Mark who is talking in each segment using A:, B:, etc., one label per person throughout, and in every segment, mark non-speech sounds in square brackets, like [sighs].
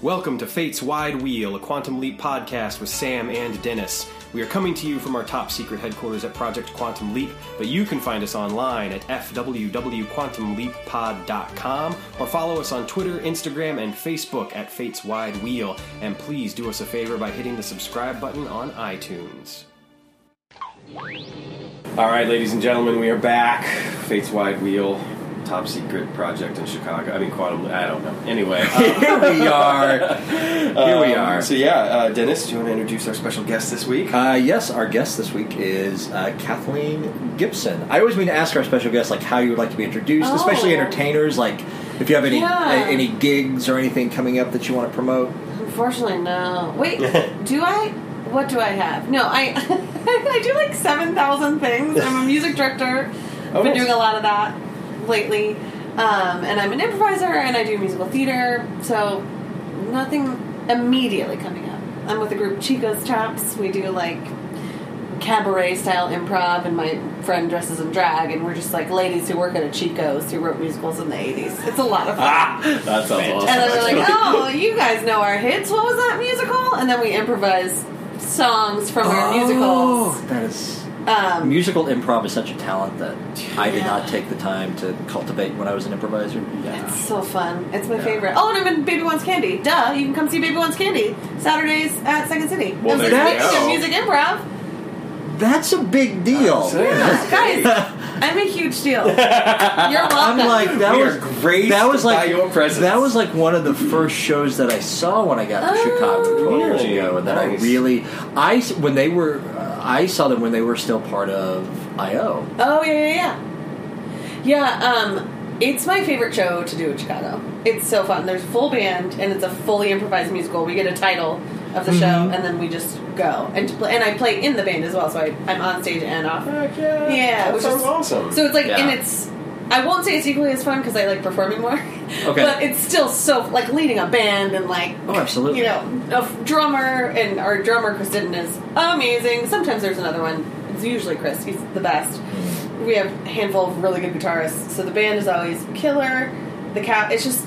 A: Welcome to Fate's Wide Wheel, a Quantum Leap podcast with Sam and Dennis. We are coming to you from our top secret headquarters at Project Quantum Leap, but you can find us online at fwwquantumleappod.com or follow us on Twitter, Instagram, and Facebook at Fate's Wide Wheel. And please do us a favor by hitting the subscribe button on iTunes. All right, ladies and gentlemen, we are back. Fate's Wide Wheel, top secret project in Chicago. I mean, Quantum, I don't know. Anyway. um,
B: Here we are. Here we are.
A: So, yeah, uh, Dennis, do you want to introduce our special guest this week?
B: Uh, yes, our guest this week is uh, Kathleen Gibson. I always mean to ask our special guests like how you would like to be introduced,
C: Oh.
B: especially entertainers. Like if you have any
C: Yeah.
B: a- any gigs or anything coming up that you want to promote.
C: Unfortunately, no. Wait, do I? What do I have? No, I [laughs] I do like seven thousand things. I'm a music director. I've
A: Oh,
C: been
A: nice.
C: doing a lot of that lately, um, and I'm an improviser and I do musical theater. So nothing immediately coming up. I'm with a group Chico's Chops. We do like cabaret style improv, and my friend dresses in drag, and we're just like ladies who work at a Chico's who wrote musicals in the '80s. It's a lot of fun.
A: that sounds awesome.
C: And then we're like,
A: actually.
C: oh, you guys know our hits. What was that musical? And then we improvise songs from
B: Oh,
C: our musicals.
B: That is
C: Um,
B: musical improv is such a talent that I did
C: Yeah.
B: not take the time to cultivate when I was an improviser.
C: it's so fun. It's my favorite. Oh, and I'm in Baby Wants Candy. Duh, you can come see Baby Wants Candy Saturdays at Second City.
A: Well,
C: it was
B: there
C: like
B: you
C: mixed
A: go.
C: in music improv.
B: That's a big deal.
A: So, yeah.
B: [laughs]
C: Guys, I'm a huge deal. You're
B: I'm
C: welcome.
B: like that
A: We
B: was
A: are graced
B: That was
A: by
B: like
A: your presence.
B: that was like one of the first shows that I saw when I got to
C: Oh.
B: Chicago 12 years
A: Really?
B: ago, and that
A: Nice.
B: I really I s- when they were uh, I saw them when they were still part of IO.
C: Oh yeah, yeah, yeah. Yeah, um, it's my favorite show to do in Chicago. It's so fun. There's a full band and it's a fully improvised musical. We get a title of the show and then we just go and to play, and I play in the band as well. So I, I'm on stage and off.
A: Heck yeah.
C: Yeah,
A: That
C: which
A: sounds
C: is-
A: awesome.
C: So it's like,
B: Yeah.
C: and it's. I won't say it's equally as fun because I like performing more. [laughs]
B: Okay.
C: But it's still so like leading a band and like
B: Oh, absolutely.
C: you know a f- drummer and our drummer Kristen is amazing. Sometimes there's another one. It's usually Chris. He's the best.
B: Mm.
C: We have a handful of really good guitarists. So the band is always killer. The cat. It's just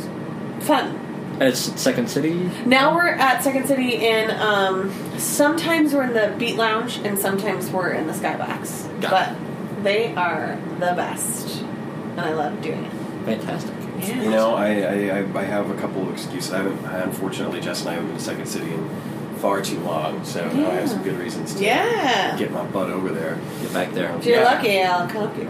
C: fun.
B: As Second City,
C: Now we're at Second City, and um, sometimes we're in the Beat Lounge, and sometimes we're in the Skybox.
B: Got it.
C: But they are the best, and I love doing it.
B: fantastic.
C: Yeah.
A: You know, I, I, I- I have a couple of excuses. I haven't, I- unfortunately, Jess and I haven't been to Second City in far too long, so now I have some good reasons to
C: Yeah.
A: get my butt over there.
B: Get back there.
C: if you're
A: yeah.
C: lucky, I'll help you.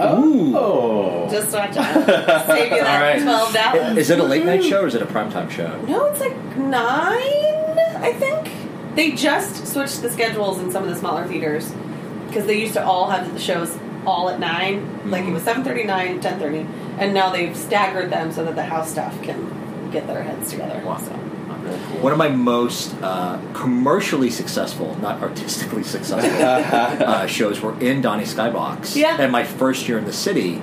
B: Ooh.
A: Oh.
B: [laughs]
C: Just watch out. Save you that
B: All right.
C: twelve dollars.
B: Is it a late night show or is it a primetime show?
C: No, it's like nine. I think they just switched the schedules in some of the smaller theaters because they used to all have the shows all at 9 Like
B: Mm-hmm.
C: it was seven thirty, nine, ten thirty, and now they've staggered them so that the house staff can get their heads together.
B: Wow.
C: So.
B: One of my most uh, commercially successful, not
A: [laughs]
B: artistically [laughs] successful, uh, shows were in Donnie Skybox.
C: Yeah.
B: And my first year in the city.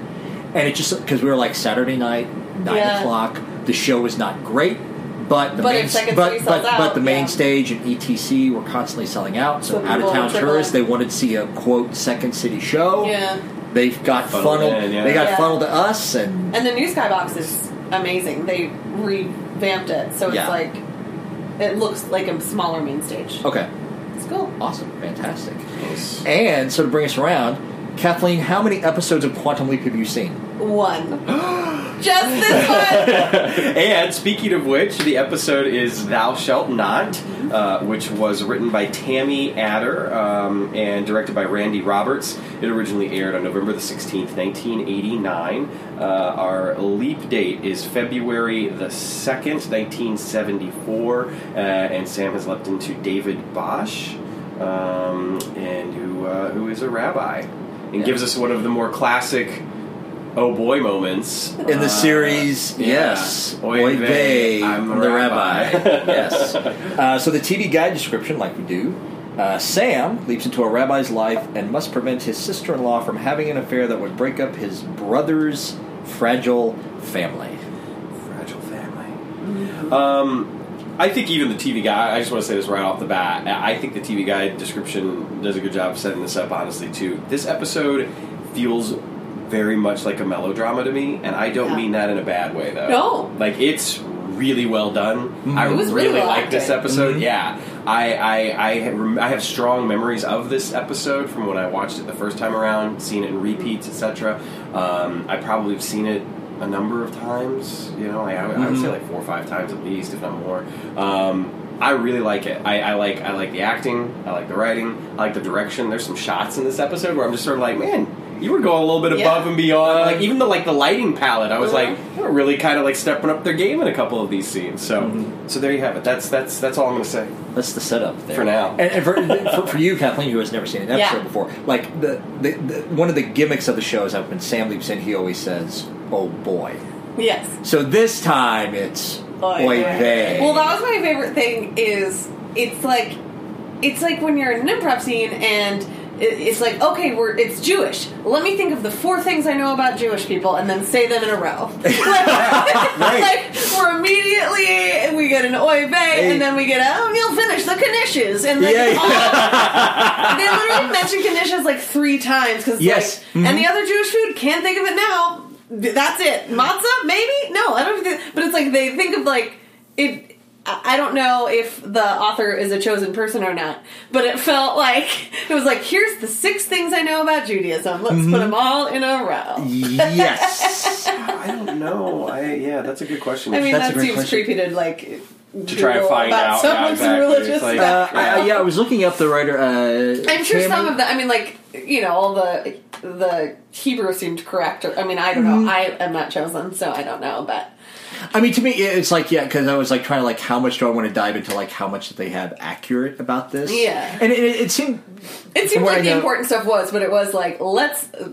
B: And it just, because we were like Saturday night, 9
C: Yeah.
B: o'clock. The show was not great, but the
C: But
B: main,
C: if Second
B: but,
C: City
B: but,
C: sells out,
B: but the main
C: yeah.
B: stage and ETC were constantly selling out. So,
C: So
B: out of
C: people
B: town
C: trickle
B: tourists,
C: in.
B: they wanted to see a quote Second City show.
C: Yeah.
B: They got
A: Funneled
B: funneled.
A: in, yeah.
B: They got
C: Yeah.
B: funneled to us, and
C: And the new skybox is amazing. They revamped it, so it's
B: Yeah.
C: like it looks like a smaller main stage.
B: okay,
C: It's cool.
B: awesome, fantastic.
A: Yes.
B: And so to bring us around, Kathleen, how many episodes of Quantum Leap have you seen? [gasps]
C: One. just this one.
A: [laughs]
B: [laughs]
A: and speaking of which, the episode is "Thou Shalt Not," uh, which was written by Tammy Adder um, and directed by Randy Roberts. It originally aired on November the sixteenth, nineteen eighty-nine. Uh, our leap date is February the second, nineteen seventy-four, uh, and Sam has leapt into David Bosch, um, and who uh, who is a rabbi, and
B: Yeah.
A: gives us one of the more classic. Oh boy! Moments
B: in the
A: Uh,
B: series.
A: yeah.
B: Yes,
A: Oy
B: Oy
A: vey,
B: vey,
A: I'm the [laughs] rabbi.
B: yes. Uh, so the TV guide description, like we do, uh, Sam leaps into a rabbi's life and must prevent his sister-in-law from having an affair that would break up his brother's fragile family.
A: Fragile family. Um, I think even the TV guy. I just want to say this right off the bat. I I think the TV guide description does a good job of setting this up. Honestly, too, this episode feels very much like a melodrama to me, and I don't
C: Yeah.
A: mean that in a bad way, though.
C: No. Mm-hmm.
A: like it's really well done. I
C: It was really
A: really,
C: well
A: liked this
C: acted.
A: episode.
B: Mhm.
A: Yeah, I I I have, rem- I have strong memories of this episode from when I watched it the first time around, seen it in repeats, etc. Um, I probably have seen it a number of times. You know, I, I, would- I would say
B: Mhm.
A: like four or five times at least, if not more. Um, I really like it. I, I like I like the acting. I like the writing. I like the direction. There's some shots in this episode where I'm just sort of like, man, you were going a little bit
C: Yeah.
A: above and beyond. Like even the like the lighting palette, I was
C: Uh-huh.
A: like, they're really kind of like stepping up their game in a couple of these scenes. So, so there you have it. That's that's that's all I'm going
C: [laughs]
A: to say.
B: That's the setup there.
A: For now.
B: and, and for,
A: [laughs]
B: for, for you, Kathleen, who has never seen an episode
C: Yeah.
B: before, like the, the, the one of the gimmicks of the show is when Sam leaps in, he always says, "Oh boy."
C: Yes.
B: So this time it's boy, they.
C: Well, that was my favorite thing. Is it's like it's like when you're in an improv scene and i- it's like okay, we're it's Jewish. Let me think of the four things I know about Jewish people and then say them in a
B: [laughs]
C: row. [laughs] like, like, we're immediately we get an oy vey and then we get oh you'll finish the knishes and then
B: Yeah, yeah. [laughs]
C: all- they literally mention knishes like three times because
B: Yes.
C: like, any other Jewish food can't think of it now. Th- That's it. Matzah, maybe? No, I don't. Think, but it's like they think of like it. I I don't know if the author is a chosen person or not, but it felt like it was like here's the six things I know about Judaism. Let's
A: Mm-hmm.
C: 'em put them all in a row. [laughs]
B: yes.
A: I don't know. I yeah, that's a good question.
C: I mean,
B: That's a
C: that
B: great
C: seems
B: question.
C: creepy to like
A: To try and
C: Google
A: find
C: about
A: out, yeah,
C: someone's
A: exactly. It's
C: religious.
A: like-
C: background.
B: Uh, I, I- yeah, I was looking up the writer. Uh,
C: I'm sure some
B: Tammy.
C: of the. I mean, like you know, all the the Hebrew seemed correct. Or, I mean, I don't
A: Mm-hmm.
C: know. I am not chosen, so I don't know. But
B: I mean, to me, it- it's like yeah, because I was like trying to like how much do I want to dive into like how much they have accurate about this?
C: Yeah.
B: and it, it seemed
C: it seemed
B: what I
C: like the
B: know-
C: important stuff was, but it was like let's uh,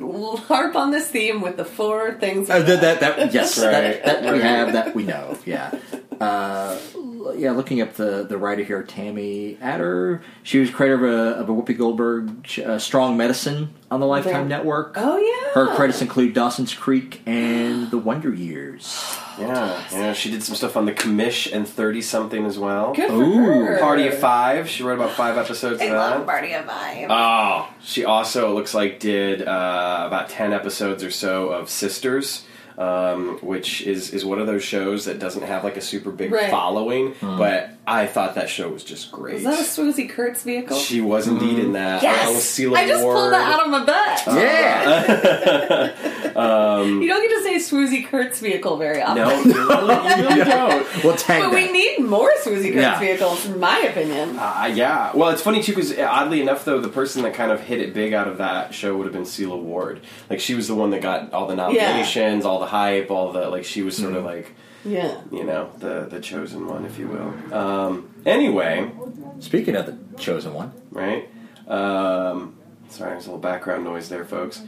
C: harp on this theme with the four things.
B: uh, that, that that yes,
A: Right.
B: that, that we have that we know. Yeah, uh, l- yeah. Looking up the the writer here, Tammy Adder. She was creator of a, of a Whoopi Goldberg sh- uh, Strong Medicine on the Lifetime
C: Yeah.
B: Network.
C: oh yeah,
B: Her credits include Dawson's Creek and The Wonder Years.
A: yeah, yeah, she did some stuff on the commish and thirty something as well.
C: Good for
B: Ooh.
C: her.
A: Party of Five. She wrote about five episodes
C: I
A: of
C: love
A: that.
C: Party of Five.
A: Oh, she also it looks like did uh, about ten episodes or so of Sisters, um, which is is one of those shows that doesn't have like a super big
C: Right.
A: following. But I thought that show was just great.
C: Is that a Swoozy Kurtz vehicle?
A: she was indeed in that. Oh, along with
C: yes,
A: Celia
C: I just
A: Ward.
C: pulled that out of my butt.
A: Um,
B: Yeah,
C: [laughs] you don't get to say Swoozy Kurtz vehicle very often. [laughs]
A: No, you really, you really don't.
B: we'll tag
C: But
B: that.
C: we need more Swoozy Kurtz
B: Yeah.
C: vehicles, in my opinion.
A: Uh, yeah. Well, it's funny too because oddly enough, though, the person that kind of hit it big out of that show would have been Celia Ward. Like she was the one that got all the nominations, all the hype, all the like. She was sort of like
C: Yeah.
A: you know the the chosen one, if you will. Um, anyway,
B: Speaking of the chosen one,
A: right? Um, sorry, there's a little background noise there, folks.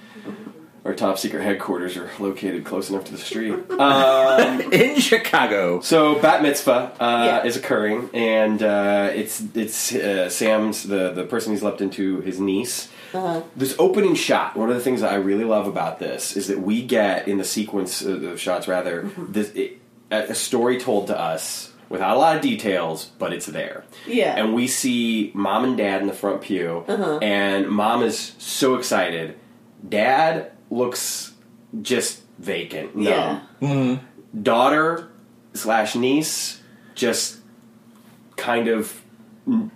A: Our top secret headquarters are located close enough to the street. Um,
B: in Chicago.
A: So bat mitzvah uh,
C: Yeah.
A: is occurring, and uh, it's it's uh, Sam's the the person he's leapt into his niece.
C: Uh-huh.
A: This opening shot. One of the things that I really love about this is that we get in the sequence of of shots, rather,
C: Mm-hmm.
A: this, it, a a story told to us without a lot of details, but it's there.
C: Yeah. Uh-huh.
A: and we see mom and dad in the front pew, and mom is so excited. Dad looks just vacant. numb
C: Yeah.
A: daughter slash niece just kind of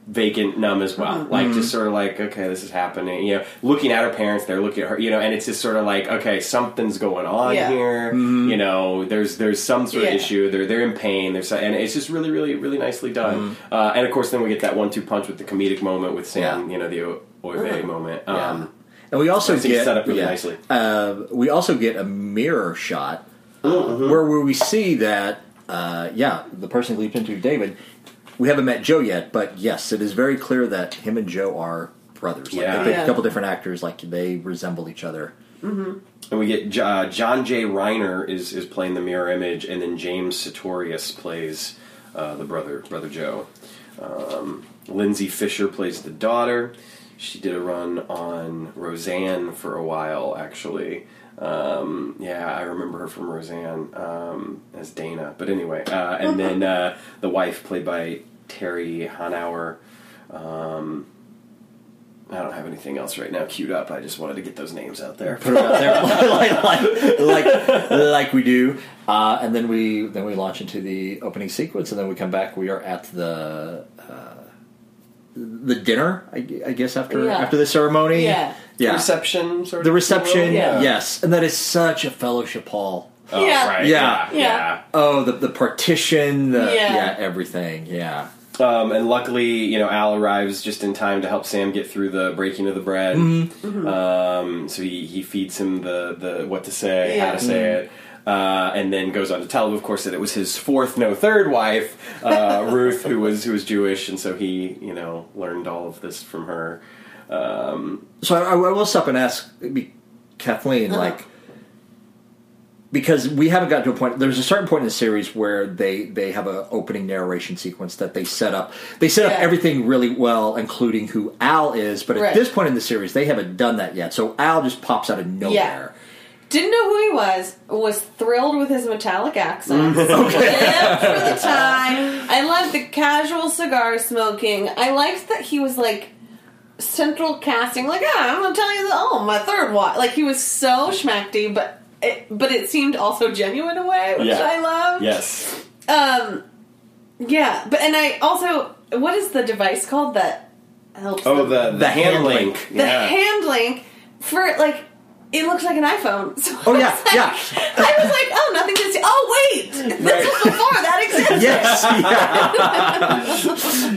A: vacant numb as well
C: Mm-hmm.
A: like just sort of like okay this is happening you know looking at her parents they're looking at her you know and it's just sort of like okay something's going on
C: Yeah.
A: here you know there's there's some sort of
C: Yeah.
A: issue they're they're in pain there's and it's just really really really nicely done uh, and of course then we get that one two punch with the comedic moment with Sam
B: Yeah.
A: you know the o- Oive
C: Uh-huh.
A: moment um
B: And we also
A: It's
B: get
A: set up really nicely.
B: Uh, we also get a mirror shot
A: Oh, uh-huh.
B: where where we see that uh, yeah, the person who leaped into David. We haven't met Joe yet, but yes, it is very clear that him and Joe are brothers. Like
A: Yeah.
B: they picked
C: Yeah.
B: a couple different actors, like they resemble each other.
A: And we get Jo- uh, John J. Reiner is is playing the mirror image, and then James Sartorius plays uh, the brother, brother Joe. Um, Lindsay Fisher plays the daughter. She did a run on Roseanne for a while, actually. Um, yeah, I remember her from Roseanne um, as Dana. But anyway, uh, and then uh, the wife played by Terry Hanauer. Um, I don't have anything else right now queued up. I just wanted to get those names out there.
B: put it out there [laughs] like, like, like, like we do. Uh, and then we then we launch into the opening sequence, and then we come back. We are at the uh, the dinner, I, gu- I guess after
C: Yeah.
B: after the ceremony.
C: Yeah.
B: yeah.
A: Reception, sort
B: the
A: of, if you will.
B: reception.
C: Yeah.
B: Yes, and that is such a fellowship hall.
D: Oh,
C: Yeah.
D: Right.
B: Yeah.
D: Yeah. yeah.
B: Oh, the the partition. The,
C: Yeah.
B: yeah, everything. Yeah.
A: Um, and luckily, you know, Al arrives just in time to help Sam get through the breaking of the bread.
B: Mm-hmm.
C: Mm-hmm.
A: Um, so he, he feeds him the, the what to say, how
C: Yeah.
A: to say it.
B: Mm-hmm.
A: Uh, and then goes on to tell him, of course, that it was his fourth, no, third wife,
C: [laughs]
A: uh, Ruth, who was who was Jewish, and so he, you know, learned all of this from her.
B: So I, I will stop and ask be- Kathleen,
C: Uh-huh.
B: like, because we haven't gotten to a point. There's a certain point in the series where they they have a opening narration sequence that they set up. They set
C: Yeah.
B: up everything really well, including who Al is. But
C: Right.
B: at this point in the series, they haven't done that yet. So Al just pops out of nowhere.
C: Didn't know who he was. Was thrilled with his
A: [laughs]
C: metallic accent. Lived for the time. I loved the casual cigar smoking. I liked that he was like central casting. Like, ah, I'm gonna tell you, the, oh, my third wife. Like, he was so schmackty, but it, but it seemed also genuine in a way, which
A: Yeah.
C: I loved.
A: Yes,
C: Um, yeah, but and I also, what is the device called that helps?
A: oh
C: them?
A: the the,
B: The
A: hand,
B: hand
A: link,
B: link.
C: the
A: yeah.
C: hand link for like it looks like an iPhone. [laughs] So
B: Oh,
C: I
B: yeah,
C: was like-
B: yeah.
C: I was like, oh, nothing to see. Oh wait, this was before that existed.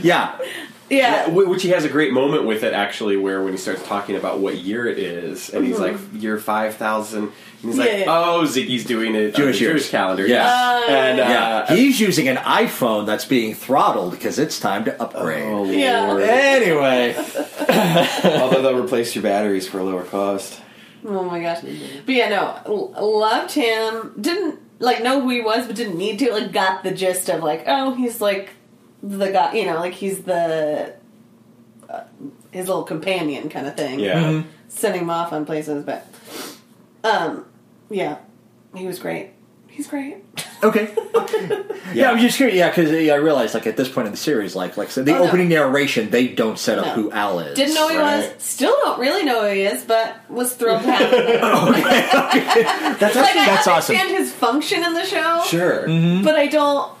B: Yes. Yeah. [laughs]
C: [laughs]
B: yeah.
A: Yeah,
C: Yeah,
A: wh- which he has a great moment with it actually, where when he starts talking about what year it is, and he's like year five thousand, and he's like,
C: Mm-hmm. Yeah, yeah.
A: "Oh, Ziggy's doing it on
B: Jewish
A: the
B: years.
A: Jewish calendar."
B: Yeah.
A: and uh,
B: Yeah. He's using an iPhone that's being throttled because it's time to upgrade.
A: oh lord,
C: Yeah.
B: Anyway.
A: although they'll replace your batteries for a lower cost.
C: Oh my gosh. But yeah, no, l- loved him. Didn't like know who he was, but didn't need to. Like, got the gist of like, oh, he's like the guy. You know, like he's the uh, his little companion kind of
B: Mm-hmm.
C: thing.
A: Yeah,
C: sending him off on places, but um, yeah, he was great. He's great.
B: [laughs] Okay. yeah. I'm
A: Yeah.
B: just curious. Yeah, because I realized, like, at this point in the series, like, like I said, the
C: Oh, no.
B: opening narration, they don't set up
C: No.
B: who Al is. [laughs]
C: Didn't know he
A: Right.
C: was. Still don't really know who he is, but was thrilled to have him.
B: That's
C: like
B: actually
C: I
B: that's awesome.
C: understand his function in the show,
A: sure.
B: Mm-hmm.
C: but I don't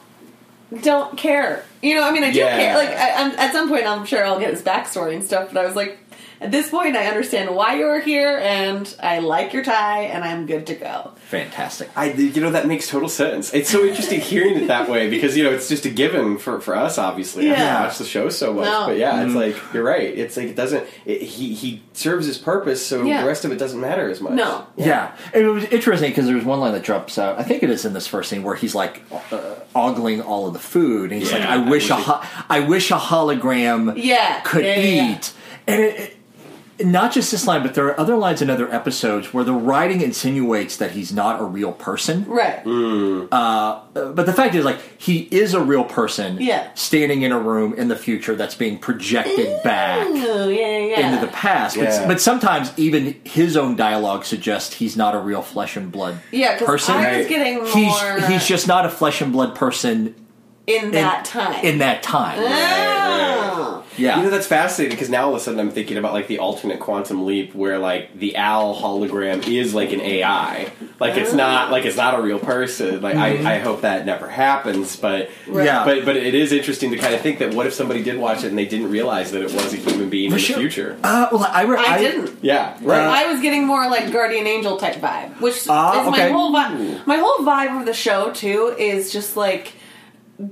C: don't care. You know, I mean, I do
A: Yeah.
C: care. Like I, I'm, at some point, I'm sure I'll get his backstory and stuff. But I was like, at this point, I understand why you're here, and I like your tie, and I'm good to go.
B: Fantastic.
A: I, you know, that makes total sense. It's so interesting hearing it that way because you know it's just a given for, for us. Obviously, I
C: Yeah.
A: haven't watched the show so much,
C: No.
A: but yeah,
B: Mm-hmm.
A: it's like you're right. It's like it doesn't. It, he he serves his purpose, so
C: Yeah.
A: the rest of it doesn't matter as much.
C: No.
B: Yeah. it was interesting because there was one line that drops out. I think it is in this first scene where he's like uh, ogling all of the food, and he's
A: Yeah,
B: like, "I
A: I
B: wish a
A: wish
B: ho- I wish a hologram
C: Yeah,
B: could
C: yeah,
B: eat."
C: yeah, yeah.
B: And it, it, not just this line, but there are other lines in other episodes where the writing insinuates that he's not a real person.
C: Right.
B: Mm. but the fact is like he is a real person
C: Yeah.
B: standing in a room in the future that's being projected back
C: Ooh, yeah, yeah.
B: into the past but,
A: Yeah.
B: but sometimes even his own dialogue suggests he's not a real flesh and blood
C: Yeah, 'cause
B: person
C: I was getting more
B: he's, he's just not a flesh and blood person
C: in
B: in
C: that time. Uh,
B: in that time
C: Oh.
B: yeah
A: You know that's fascinating because now all of a sudden I'm thinking about like the alternate quantum leap where like the owl hologram is like an AI, like
C: Ah.
A: it's not like it's not a real person. Like I, I hope that never happens, but
C: Mm-hmm. Right.
B: yeah
A: but but it is interesting to kind of think that what if somebody did watch it and they didn't realize that it was a human being
B: For
A: in
B: sure.
A: the future?
B: uh, well, I, re-
C: I didn't.
A: Yeah, right.
C: I was getting more like guardian angel type vibe, which
B: Uh, Ah,
C: is
B: okay.
C: my whole vibe. My whole vibe of the show too is just like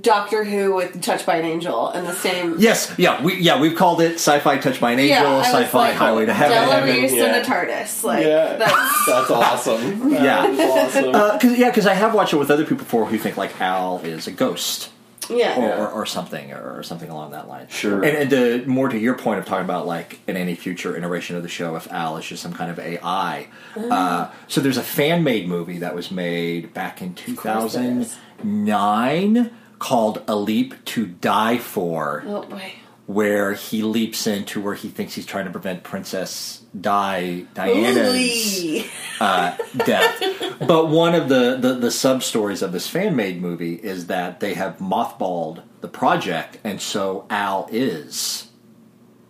C: Doctor Who with Touched by an Angel and the same.
B: Yes, yeah, we yeah we've called it sci-fi touched by an angel,
C: Yeah, I was
B: sci-fi
C: like,
B: highway to heaven.
A: Della-
C: Delarue
A: heaven, yeah.
C: and the TARDIS, like
A: Yeah.
C: that's
A: That's awesome.
C: [laughs]
B: Yeah.
A: That's awesome.
B: Uh, cause, yeah, because I have watched it with other people before who think like Al is a ghost.
C: yeah.
B: or, or, or something or, or something along that line
A: Sure.
B: and, and to, more to your point of talking about like in any future iteration of the show if al is just some kind of ai uh, so there's a fan-made movie that was made back in
C: course there is.
B: 2009 called a leap to die for
C: Oh boy.
B: where he leaps into where he thinks he's trying to prevent princess di diana's
C: Ooh-wee.
B: uh, death. But one of the, the, the sub stories of this fan made movie is that they have mothballed the project, and so Al is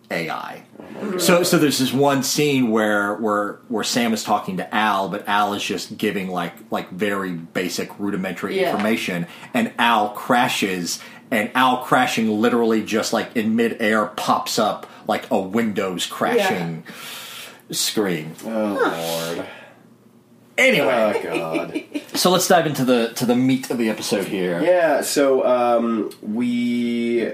B: AI. So so there's this one scene where where where Sam is talking to Al, but Al is just giving like like very basic rudimentary
C: Yeah.
B: information, and Al crashes, and Al crashing literally just like in midair pops up like a Windows crashing screen.
A: Oh lord.
B: Anyway,
A: Oh god.
B: so let's dive into the to the meat of the episode here.
A: Yeah, so um, we,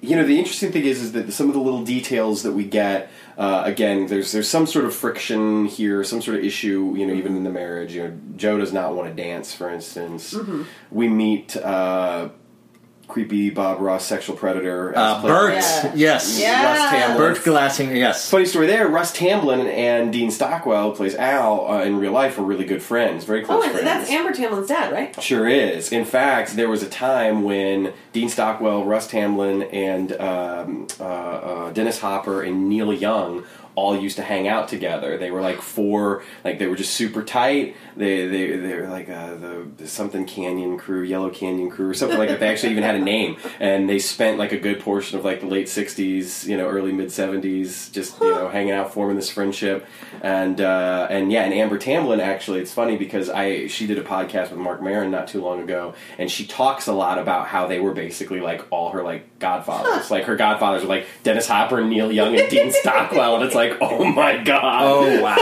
A: you know, the interesting thing is, is that some of the little details that we get, uh, again, there's there's some sort of friction here, some sort of issue, you know, even in the marriage. You know, Joe does not want to dance, for instance.
C: Mm-hmm.
A: We meet uh, creepy Bob Ross sexual predator, as
B: Uh,
A: played by
B: Bert,
C: Yeah.
B: yes,
C: Yeah.
A: Russ Tamblyn.
B: Bert Glassing, yes.
A: Funny story there. Russ Tamblin and Dean Stockwell, who plays Al uh, in real life, are really good friends, very close
C: Oh, and
A: friends.
C: that's Amber Tamlin's dad, right?
A: Sure is. In fact, there was a time when Dean Stockwell, Russ Tamlin, and um, uh, uh, Dennis Hopper and Neil Young all used to hang out together. They were like four, like they were just super tight. They they they were like uh, the, the something Canyon Crew, Yellow Canyon Crew, or something like that. They actually even had a name, and they spent like a good portion of like the late '60s, you know, early mid '70s, just you know, hanging out, forming this friendship, and uh, and yeah, and Amber Tamblyn actually, it's funny because I she did a podcast with Mark Maron not too long ago, and she talks a lot about how they were basically like all her like godfathers, like her godfathers were like Dennis Hopper, Neil Young, and Dean Stockwell, and it's like, oh my god, [laughs]
B: Oh wow.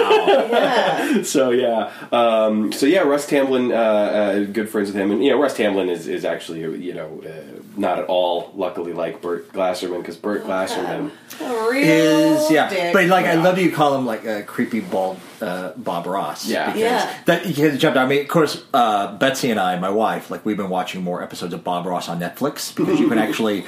C: Yeah.
B: [laughs] Oh.
A: so yeah, um, so yeah, Russ Tamblin, uh, uh, good friends with him, and you know, Russ Tamblin is, is actually you know uh, not at all, luckily, like Bert Glasserman because Bert Glasserman,
C: A real
B: is yeah,
C: dick.
B: but like I love you call him like a creepy bald uh, Bob Ross.
A: Yeah.
B: because
C: Yeah.
B: That you had jumped. I mean, of course, uh, Betsy and I, my wife, like we've been watching more episodes of Bob Ross on Netflix because
A: [laughs]
B: you can actually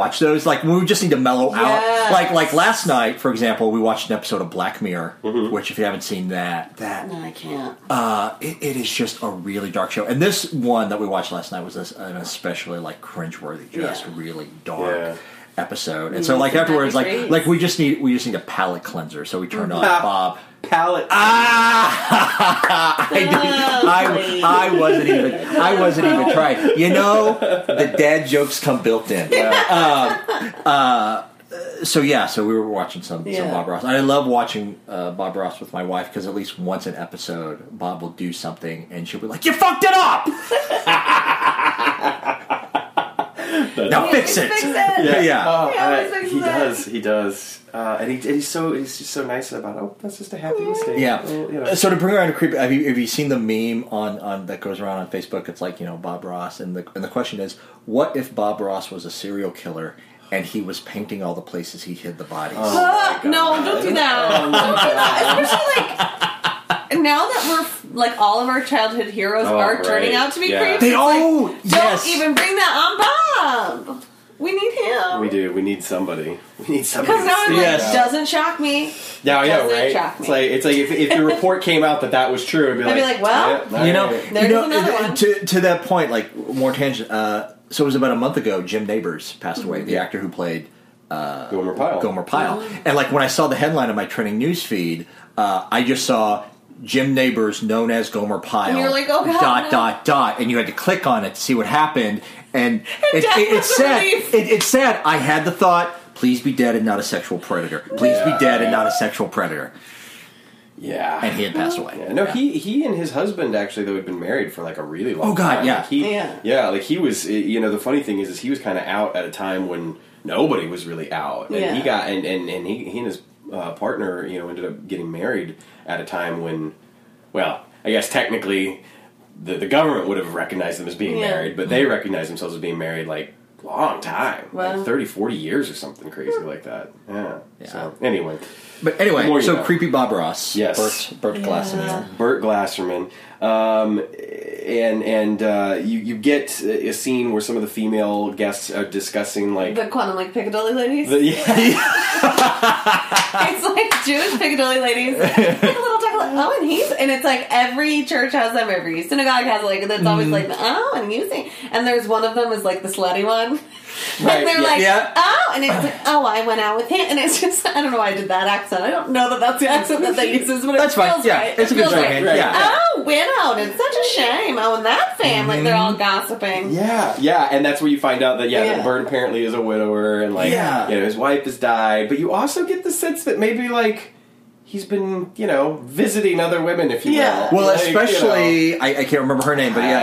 B: watch those. Like we just need to mellow out.
C: Yes.
B: Like like last night, for example, we watched an episode of Black Mirror,
A: Mm-hmm.
B: which if you haven't seen that, that
C: no, I can't.
B: uh, it, it is just a really dark show. And this one that we watched last night was this, an especially like cringeworthy, just
C: Yeah.
B: really dark
A: Yeah.
B: episode. And
C: You
B: so
C: need
B: like
C: some
B: afterwards, like
C: happy face.
B: like we just need we just need a palate cleanser. So we turned on
A: Ah.
B: Bob.
A: palette.
B: Ah, [laughs] I, did,
C: please.
B: I, I wasn't even I wasn't even trying. You know, the dad jokes come built in. Um, uh, so yeah, so we were watching some, some
C: Yeah.
B: Bob Ross. And I love watching uh, Bob Ross with my wife because at least once an episode, Bob will do something and she'll be like, "You fucked it up." [laughs] now fix it.
C: Fix it.
B: Yeah.
A: Oh,
C: Yeah,
A: I-
C: it's like
A: he
C: that.
A: does. He does, uh, and, he, and he's so he's just so nice about. it. Oh, that's just a happy mistake.
B: Yeah.
A: Well, you know.
B: [laughs] Uh, So to bring around a creepy, have you, have you seen the meme on, on that goes around on Facebook? It's like you know Bob Ross, and the and the question is, what if Bob Ross was a serial killer and he was painting all the places he hid the bodies?
C: Uh, no, don't do that.
A: Oh, my God.
C: Especially like now that we're f- like all of our childhood heroes
A: Oh,
C: are
A: right.
C: turning out to be
A: Yeah.
C: creeps.
B: They
C: it's
B: all-
C: like,
B: yes.
C: don't even bring that on Bob. We need him.
A: we do. We need somebody. We need somebody.
C: Because
A: to
C: now I'm
A: stand
B: Yes.
C: like,
A: out.
C: doesn't shock me.
A: Yeah, yeah,
C: Doesn't
A: right.
C: shock
A: It's
C: me.
A: like it's like if, if the report came out that that was true, it'd be
C: [laughs] I'd be
A: like,
C: like, well,
A: yep, all
B: you know,
A: right.
C: There's
B: you know,
C: another
B: uh,
C: one.
B: to to that point, like more tangent. Uh, so it was about a month ago. Jim Neighbors passed away, the actor who played
A: Gomer Pyle.
B: Gomer Pyle. And like when I saw the headline on my trending news feed, uh, I just saw Jim Neighbors, known as Gomer Pyle,
C: And you're like, oh, God,
B: dot
C: no.
B: dot dot, and you had to click on it to see what happened.
C: [laughs]
B: And it,
C: death
B: it, it
C: was a
B: said,
C: relief.
B: it, it said, I had the thought, please be dead and not a sexual predator. Please be dead and not a sexual predator.
A: Yeah.
B: And he had passed away.
A: Yeah, no, he he and his husband actually though had been married for like a really long.
B: Oh, God,
A: time.
B: yeah.
A: Like, he,
C: Yeah.
A: like he was. eh, You know, the funny thing is, is he was kind of out at a time when nobody was really out, and he
C: Yeah.
A: got and and, and he he and his uh, partner, you know, ended up getting married at a time when, well, I guess technically, the the government would have recognized them as being
C: Yeah.
A: married, but they recognized themselves as being married like long time,
C: Wow.
A: like 30, 40 years or something crazy
C: Hmm.
A: like that. Yeah. So anyway.
B: But anyway,
A: The more you
B: so
A: know.
B: creepy Bob Ross,
A: Yes.
B: Bert, Bert
C: Yeah.
B: Glassamere.
A: Bert Glasserman, um, and and uh, you you get a scene where some of the female guests are discussing like
C: The quantum like Piccadilly ladies.
A: the- [laughs] yeah,
C: it's like Jewish Piccadilly ladies. like a little ducklet. oh, and he's and it's like every church has them, every synagogue has like that's always like
B: Mm-hmm.
C: oh, and you sing, and there's one of them is like the slutty one, [laughs]
A: Right,
C: and they're
A: yeah.
C: like
B: Yeah.
C: oh, and it's like oh, I went out with him, and it's just I don't know why I did that accent. I don't know that that's the accent that they use, but it
B: That's fine.
C: feels
B: Yeah,
C: right.
B: it's a
C: It
B: good
C: feels
B: shorthand.
A: right.
B: Yeah.
C: Oh, widowed! It's such a shame. Oh, and that family, they're all
B: Mm-hmm.
C: gossiping.
A: Yeah, yeah, and that's where you find out that yeah,
C: Yeah.
A: that Vern apparently is a widower, and like
B: Yeah.
A: you know his wife has died. But you also get the sense that maybe like he's been you know visiting other women, if you
C: Yeah.
A: will.
B: Well,
A: Like, you know.
B: especially I, I can't remember her name, but yeah,
A: I,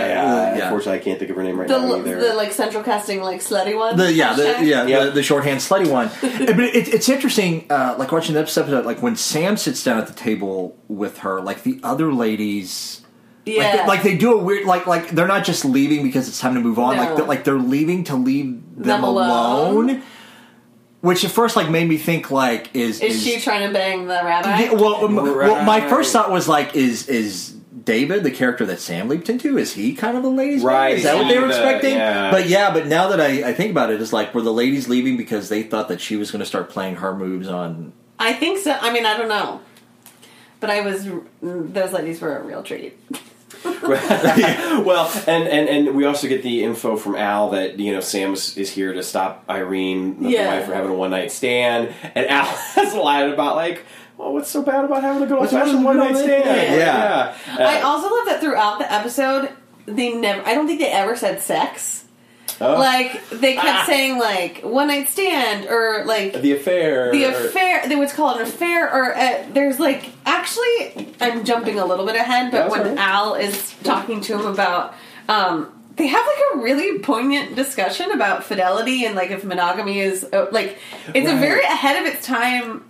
A: uh,
B: uh, yeah.
A: Unfortunately, I can't think of her name right
C: The,
A: now either.
C: the like central casting like slutty one.
B: The yeah, the,
C: Hashtag.
B: yeah,
A: Yeah.
B: The, the shorthand slutty
C: [laughs]
B: one. Uh, but it, it's interesting, uh, like watching this episode, like when Sam sits down at the table with her, like the other ladies. Like,
C: yeah.
B: they, like they do a weird like like they're not just leaving because it's time to move on.
C: No.
B: Like they're, like they're leaving to leave them,
C: Them
B: alone.
C: alone.
B: which at first like made me think like is
C: is she trying to bang the rabbi?
B: Yeah, well, m- well, my
A: Right.
B: first thought was like, is is David the character that Sam leaped into? Is he kind of the ladies' man?
A: Right,
B: Is that what they were
A: he's the-
B: expecting?
A: yeah.
B: But yeah, but now that I, I think about it, it's like were the ladies leaving because they thought that she was going to start playing her moves on?
C: I think so. I mean, I don't know. But I was, those ladies were a real treat.
A: [laughs] well, and, and and we also get the info from Al that you know Sam is, is here to stop Irene, the
C: Yeah.
A: wife, from having a one night stand, and Al [laughs] has lied about like, well, what's so bad about having a good old
B: What's wrong
A: fashioned one
B: with a
A: night
B: good
A: stand?
B: old-fashioned-
A: Yeah. yeah.
C: I also love that throughout the episode, they never, I don't think they ever said sex.
A: Oh.
C: Like, they kept
A: Ah.
C: saying, like, one night stand, or like, the,
A: the affair. or-
C: affair, they would call it an affair, or uh, there's like, actually, I'm jumping a little bit ahead, but
A: That's
C: when
A: all right.
C: Al is talking to him about, um, they have like a really poignant discussion about fidelity and like if monogamy is uh, like it's a
A: Right.
C: very ahead of its time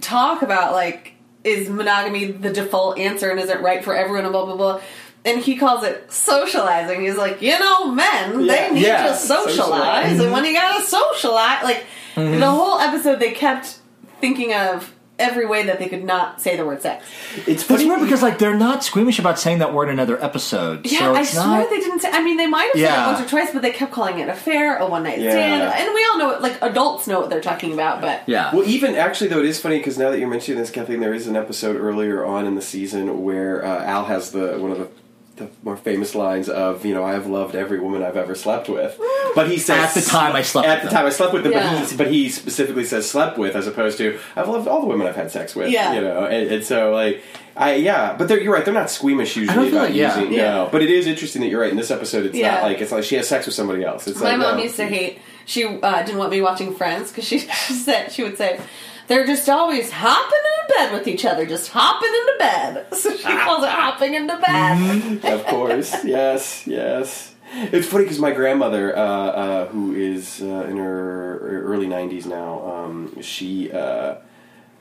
C: talk about like is monogamy the default answer and is it right for everyone and blah blah blah and he calls it socializing he's like you know men
A: Yeah.
C: they need
B: Yeah.
C: to socialize, and when you gotta socialize like
B: Mm-hmm.
C: the whole episode they kept thinking of every way that they could not say the word sex
A: It's
B: It's
A: funny
B: weird because like they're not squeamish about saying that word in another episode.
C: Yeah,
B: so
C: I
B: it's
C: swear
B: not,
C: they didn't say. I mean, they might have
B: Yeah.
C: said it once or twice, but they kept calling it a fair, a one night
A: Yeah.
C: stand, and we all know it. Like adults know what they're talking about, but
B: Yeah,
A: Well, even actually, though, it is funny because now that you're mentioning this, Kathleen, there is an episode earlier on in the season where uh, Al has the one of the, the more famous lines of, you know, I have loved every woman I've ever slept with. But he says
B: At the time I slept
A: At
B: with
A: the
B: them.
A: time I slept with them,
C: Yeah.
A: but, he, but he specifically says slept with as opposed to I've loved all the women I've had sex with.
C: Yeah.
A: you know, and, and so like. I, yeah, but they're, you're right. They're not squeamish usually
B: feel
A: about
B: like- yeah.
A: using.
C: Yeah.
A: No, but it is interesting that you're right. In this episode, it's
C: Yeah.
A: not like it's not like she has sex with somebody else. It's
C: my
A: like,
C: mom
A: no.
C: used to hate. She uh, didn't want me watching Friends because she, [laughs] she said she would say they're just always hopping into bed with each other, just hopping into bed. [laughs] So she calls it hopping into bed.
A: of course.
C: [laughs]
A: Yes, yes. It's funny because my grandmother, uh, uh, who is uh, in her e-, early 90s now, um, she. Uh,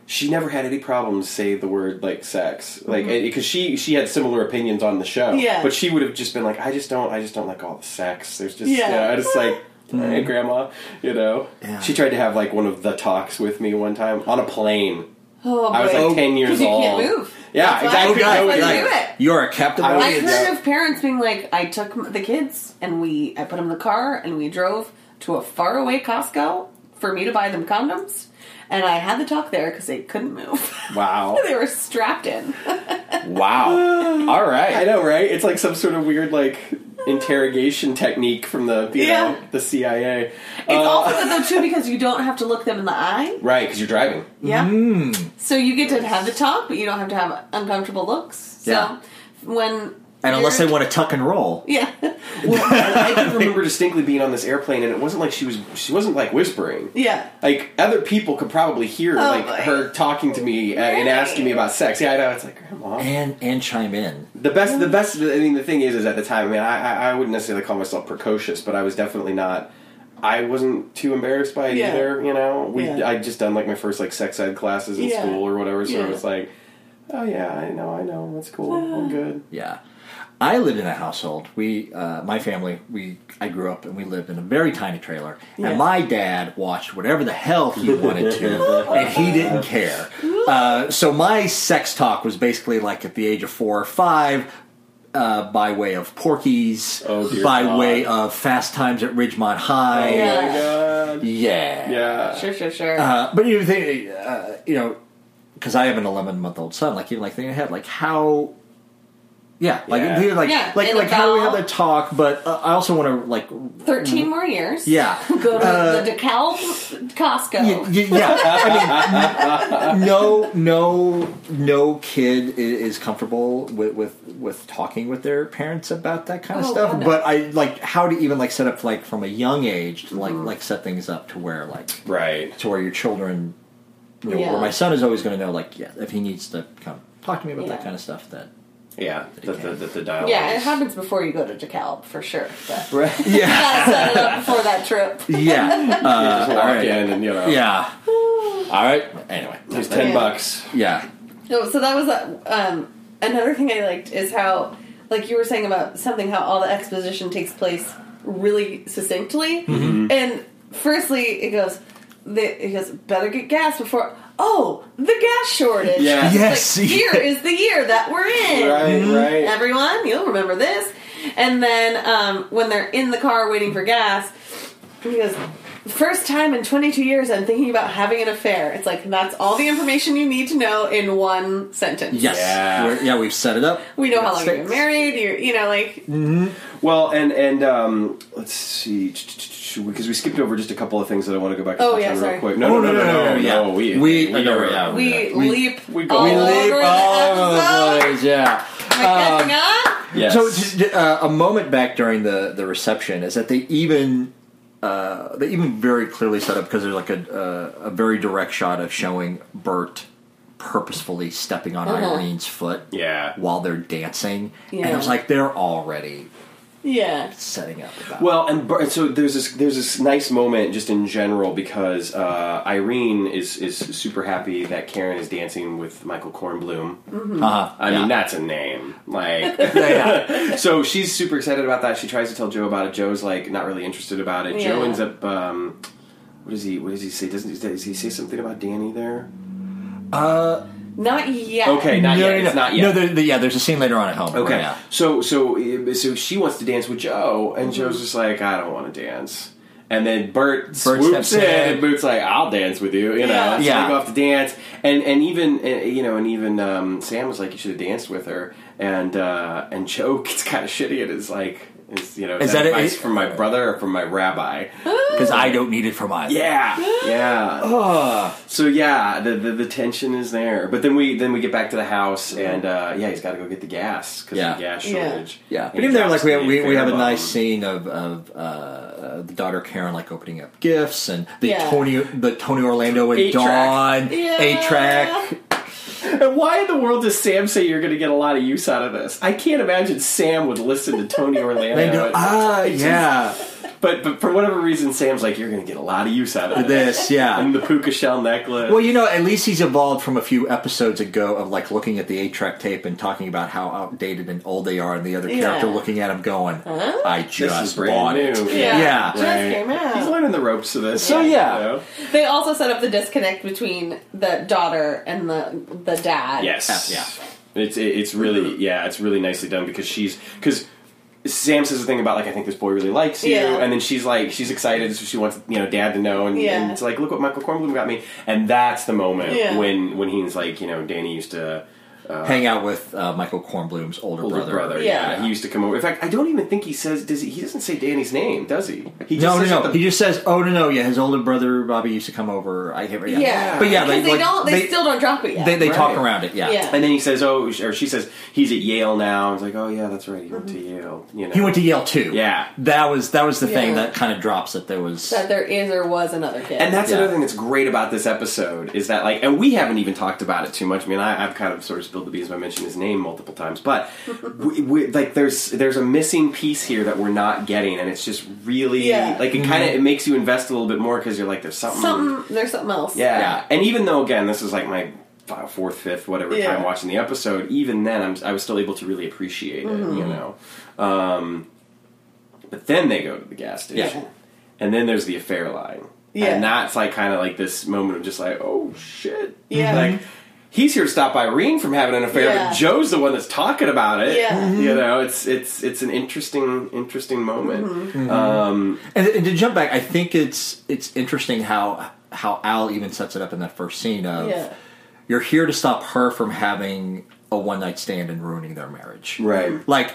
A: she never had any problems say the word like sex, like because she she had similar opinions on the show.
C: Mm-hmm. Yeah.
A: but she would have just been like, I just don't, I just don't like all the sex. There's just
C: Yeah.
A: yeah, I just like. Hey, grandma, you know.
B: Yeah.
A: She tried to have like one of the talks with me one time on a plane.
C: Oh,
A: I was
C: boy.
A: like ten years
C: 'Cause you
A: old.
C: can't move.
A: Yeah,
C: That's why-
A: exactly.
C: Oh, God,
A: I
C: that's
A: would,
C: why
A: like-
C: you do it.
B: you are a captain.
A: I
B: of the
A: was-
C: I've
A: Yeah.
B: audience.
C: heard of parents being like, I took m- the kids and we, I put them in the car and we drove to a faraway Costco for me to buy them condoms. And I had the talk there because they couldn't move. [laughs]
A: Wow.
C: they were strapped in. [laughs]
B: wow. All right.
A: I know, right? It's like some sort of weird like interrogation technique from the you
C: Yeah.
A: know the CIA.
C: It's
A: Uh.
C: also good though too because you don't have to look them in the eye.
A: Right, because you're driving.
C: Yeah.
B: Mm.
C: So you get to have the talk, but you don't have to have uncomfortable looks. So
B: Yeah.
C: when
B: And unless they
C: you're-
B: want to tuck and roll.
C: yeah, [laughs]
A: I can remember distinctly being on this airplane, and it wasn't like she was she wasn't like whispering.
C: yeah.
A: Like other people could probably hear like
C: Oh, boy.
A: her talking to me uh, and asking me about sex. Yeah, I know. It's like grandma.
B: And and chime in.
A: The best, the best. I mean, the thing is, is at the time. I mean, I, I- I wouldn't necessarily call myself precocious, but I was definitely not. I wasn't too embarrassed by it
C: Yeah.
A: either. You know, we
C: Yeah.
A: I'd just done like my first like sex ed classes in
C: Yeah.
A: school or whatever, so
C: Yeah.
A: it was like, oh yeah, I know, I know, that's cool,
C: Ah.
A: I'm good.
B: Yeah. I lived in a household. We, uh, my family, we, I grew up and we lived in a very tiny trailer. And my dad watched whatever the hell he wanted to, and he didn't care. Uh, so my sex talk was basically like at the age of four or five, uh, by way of Porky's,
A: Oh, dear
B: by
A: God.
B: way of Fast Times at Ridgemont High.
A: Oh
C: Yeah.
A: my god,
B: Yeah.
A: yeah.
C: Sure, sure, sure.
B: Uh, but uh, you think, uh, you know, because I have an 11 month old son, like even like thinking ahead, like how. Yeah, like
A: Yeah.
B: he- like
C: Yeah,
B: like
C: and
B: like how do we have
C: about-
B: the talk? But uh, I also want to like
C: Thirteen more years.
B: mm. Yeah.
C: [laughs] Go to
B: Uh,
C: the DeKalb Costco.
B: Y- y- yeah, I mean, [laughs] no, no, no kid i- is comfortable with with, with talking with their parents about that kind of
C: Oh,
B: stuff.
C: God, no.
B: But I like how to even like set up like from a young age to like
C: Mm-hmm.
B: like set things up to where like
A: Right.
B: to where your children, you know,
C: Yeah.
B: where my son is always going to know like yeah if he needs to come talk to me about that
C: Yeah.
B: kind of stuff that
A: Yeah. The, the, the, the dialogue.
C: yeah, it
A: is-
C: happens before you go to DeKalb for sure.
B: [laughs]
A: [laughs]
C: But
A: Right.
B: [laughs] yeah
C: gotta set it up before that
B: [laughs]
C: trip.
B: yeah uh,
A: Just walk
B: all right.
A: in and you know.
B: yeah all right anyway
A: Here's ten
C: Yeah.
A: bucks.
B: yeah
C: No, so that was uh, um, another thing I liked is how, like you were saying about something, how all the exposition takes place really succinctly. And firstly, it goes, the, it goes, better get gas before. Oh, the gas shortage.
A: Yeah.
C: It's
B: Yes.
C: like, here is the year that we're in.
A: Right. Right.
C: Everyone, you'll remember this. And then um, when they're in the car waiting for gas, he goes, First time in 22 years I'm thinking about having an affair. It's like, that's all the information you need to know in one sentence.
B: yes
A: Yeah.
B: We're- yeah we've set it up
C: We know how long you've
B: Six.
C: been married, you you know, like,
A: Well, and and um, let's see, because we skipped over just a couple of things that I want to go back to
C: Oh,
A: touch
C: yeah,
A: on
C: sorry.
A: real quick. No,
B: Oh,
A: no, no, no, no,
B: yeah.
A: We
B: We-
A: we
B: no,
A: are-
B: yeah,
C: we,
B: We-
C: leap
A: we go
C: all
B: We
A: all
C: over
B: leap
C: the
B: all over the
C: episode.
B: place, yeah. Um,
C: Am I catching on?
A: Yes.
B: So j- j- uh, a moment back during the, the reception is that they even uh, they even very clearly set up because there's like a uh, a very direct shot of showing Bert purposefully stepping on
C: Uh-huh.
B: Irene's foot
A: Yeah.
B: while they're dancing, and
C: Yeah.
B: I was like, they're already
C: Yeah.
B: setting up. About
A: Well, and Bert, so there's this there's this nice moment just in general because uh, Irene is is super happy that Karen is dancing with Michael Kornblum.
C: Mm-hmm.
B: uh-huh.
A: I
B: yeah.
A: mean, that's a name. Like,
C: [laughs]
B: Yeah, yeah.
A: so she's super excited about that. She tries to tell Joe about it. Joe's like not really interested about it. Joe
C: Yeah.
A: ends up. Um, what does he? What does he say? Doesn't he- does he say something about Danny there? [laughs]
C: Not yet.
A: Okay, not
B: Uh, no,
A: yet.
B: no, no.
A: It's not yet.
B: No, there, there- yeah, there's a scene later on at home.
A: Okay.
B: Right now. Mm-hmm.
A: So so uh, so she wants to dance with Joe, and Joe's just like, I don't want to dance. And then Bert, swoops
B: steps
A: in,
B: in.
A: and Bert's like, I'll dance with you, you know. So
C: Yeah.
A: they
B: Yeah.
A: go off to dance, and and even uh, you know, and even um, Sam was like, you should have danced with her, and uh, and Joe [laughs] gets kind of shitty and is like, is you know,
B: Is that it?
A: advice from my brother or from my rabbi?
B: Because I don't need it for my [sighs]
A: yeah,
B: Oh,
A: yeah. So yeah, the, the the tension is there, but then we then we get back to the house, and uh, yeah, he's got to go get the gas because
B: Mm-hmm. Yeah.
A: the gas
C: Yeah.
A: shortage.
B: Yeah,
A: And
B: but
A: he
B: even there, like
A: drops
B: we have,
A: the
B: we, we have a
A: fair
B: nice
A: bomb.
B: scene of of uh, uh, the daughter Karen like opening up gifts and the
C: Yeah.
B: Tony the Tony Orlando and
A: Eight-track.
B: Dawn
C: Yeah.
B: eight track.
A: And [laughs] why in the world does Sam say you're going to get a lot of use out of this? I can't imagine Sam would listen to
B: [laughs]
A: Tony Orlando. and-
B: Ah, yeah,
A: but but for whatever reason, Sam's like you're going to get a lot of use out of this.
B: this, yeah.
A: And the puka shell necklace.
B: Well, you know, at least he's evolved from a few episodes ago of like looking at the eight track tape and talking about how outdated and old they are, and the other
C: Yeah.
B: character looking at him going, "I
A: this is
B: just
A: brand
B: bought it."
A: new.
C: Yeah.
B: Yeah.
C: Just
A: Right.
C: came out.
A: He's learning the ropes to this.
B: So, yeah.
C: They also set up the disconnect between the daughter and the the dad.
A: Yes.
B: Yeah.
A: It's it- it's really yeah, it's really nicely done because she's because Sam says the thing about like I think this boy really likes you,
C: Yeah.
A: and then she's like she's excited, so she wants you know dad to know, and,
C: Yeah.
A: and it's like look what Michael Kornblum got me, and that's the moment
C: Yeah.
A: when when he's like you know Danny used to
B: Hang out with uh, Michael Kornblum's older,
A: older brother,
C: Yeah.
A: yeah. he used to come over. In fact, I don't even think he says does he, he doesn't say Danny's name, does he? He
B: No,
A: says
B: no, no.
A: that the-
B: He just says, "Oh no, no, yeah." His older brother Bobby used to come over. I can't
C: Yeah.
B: remember. but yeah,
C: Because
B: like,
C: they
B: like,
C: don't. They,
B: they
C: still don't drop it yet.
B: they, they talk
A: Right.
B: around it. Yeah.
C: Yeah.
A: and then he says oh or she says he's at Yale now. It's like oh yeah, that's right, he went to
C: Mm-hmm.
A: Yale. You know,
B: he went to Yale too.
A: Yeah.
B: that was that was the
C: Yeah.
B: thing that kind of drops that there was.
C: that there is or was another kid.
A: And that's
B: Yeah.
A: another thing that's great about this episode is that like, and we haven't even talked about it too much. I mean, I, I've kind of sort of spilled the beans by mentioning his name multiple times, but we, we, like, there's there's a missing piece here that we're not getting, and it's just really
C: Yeah.
A: like it kind of it makes you invest a little bit more because you're like, there's something,
C: something there's something else.
A: Yeah.
B: Yeah.
A: and even though again, this is like my fi- fourth, fifth, whatever
C: Yeah.
A: time watching the episode, even then, I'm, I was still able to really appreciate it,
C: Mm-hmm.
A: you know. Um, but then they go to the gas station,
B: Yeah.
A: and then there's the affair line,
C: Yeah.
A: and that's like kind of like this moment of just like, oh shit, [laughs]
C: Yeah.
A: like. He's here to stop Irene from having an affair,
C: Yeah.
A: but Joe's the one that's talking about it.
C: Yeah. Mhm.
A: You know, it's it's it's an interesting interesting moment.
C: Mm-hmm.
A: Um,
B: and, and to jump back, I think it's it's interesting how how Al even sets it up in that first scene of
C: Yeah.
B: You're here to stop her from having a one night stand and ruining their marriage.
A: Right.
B: Like,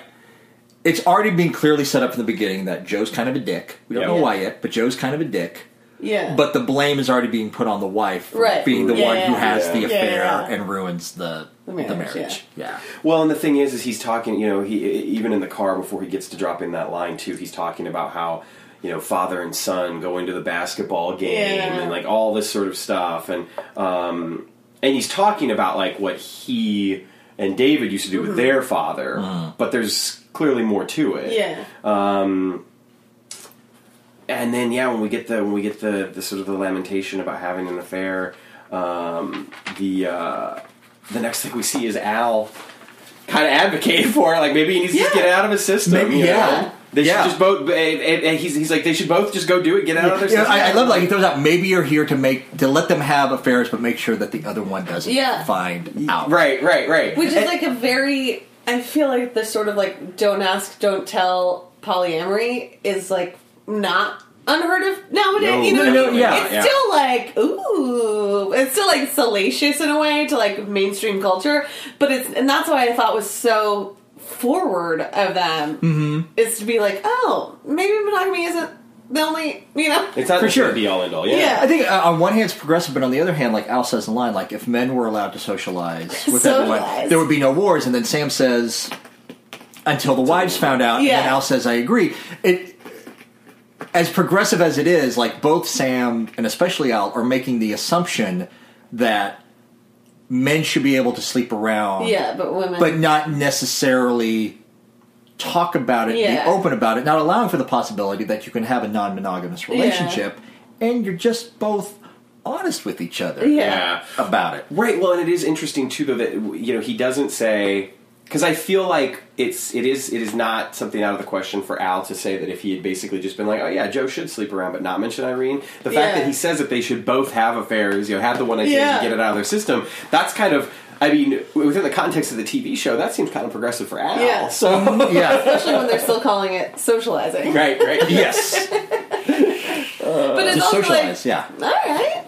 B: it's already been clearly set up from the beginning that Joe's kind of a dick. We don't
A: Yeah.
B: know
A: Yeah.
B: why yet, but Joe's kind of a dick.
C: Yeah.
B: But the blame is already being put on the wife for
C: Right.
B: being the
C: Yeah,
B: one who
C: yeah,
B: has
A: yeah.
B: the
A: Yeah,
B: affair
C: yeah.
B: and ruins the the
C: The
B: marriage.
C: marriage,
B: Yeah.
A: Well, and the thing is, is he's talking. You know, he e, even in the car before he gets to drop in that line too. He's talking about how you know father and son go into the basketball game
C: Yeah.
A: and like all this sort of stuff, and um, and he's talking about like what he and David used to do
C: Mm-hmm.
A: with their father, but there's clearly more to it.
C: yeah.
A: Um, and then yeah, when we get the when we get the, the sort of the lamentation about having an affair, um, the uh, the next thing we see is Al kind of advocating for it. Like maybe he needs to just
C: Yeah.
A: get it out of his system.
B: Maybe,
A: you
B: yeah.
A: know? They
B: Yeah.
A: should just both. And, and- and he's, he's like, they should both just go do it, get it out of their
B: Yeah,
A: system.
B: I, I love like he throws out maybe you're here to make to let them have affairs, but make sure that the other one doesn't
C: Yeah.
B: find out.
A: right, right, right.
C: Which is
A: And-
C: like a very. I feel like this sort of like don't ask, don't tell polyamory is like not unheard of nowadays.
A: No,
C: you know,
A: no,
C: what I
A: no,
C: mean?
A: yeah,
C: it's
A: yeah.
C: still like ooh, it's still like salacious in a way to like mainstream culture. But it's and that's why I thought was so forward of them
A: Mm-hmm.
C: is to be like, oh, maybe monogamy isn't the only you know.
A: it's not
B: For
A: necessarily
B: sure.
A: be all end all.
C: Yeah.
B: I think uh, on one hand it's progressive, but on the other hand, like Al says in line, like if men were allowed to
C: [laughs]
B: socialize with everyone,
C: Socialize.
B: there would be no wars. And then Sam says, until the wives found out, and then
C: Yeah.
B: Al says, I agree. It as progressive as it is, like both Sam and especially Al are making the assumption that men should be able to sleep around,
C: yeah, but women.
B: but not necessarily talk about it,
C: Yeah.
B: be open about it, not allowing for the possibility that you can have a non monogamous relationship and you're just both honest with each other
C: Yeah.
A: yeah. [laughs]
B: about it.
A: Right. Well, and it is interesting too, though that you know he doesn't say because I feel like it's it is it is not something out of the question for Al to say that if he had basically just been like, oh yeah, Joe should sleep around, but not mention Irene. The fact
C: Yeah.
A: that he says that they should both have affairs, you know, have the one night stands and
C: Yeah.
A: get it out of their system. That's kind of. I mean, within the context of the TV show, that seems kind of progressive for Al.
C: Yeah.
A: So,
B: Yeah.
C: especially when they're still calling it
A: [laughs]
C: socializing.
A: right, right,
C: [laughs]
A: yes,
C: But it's
B: to
C: also
B: socialize,
C: like,
B: yeah.
C: All right.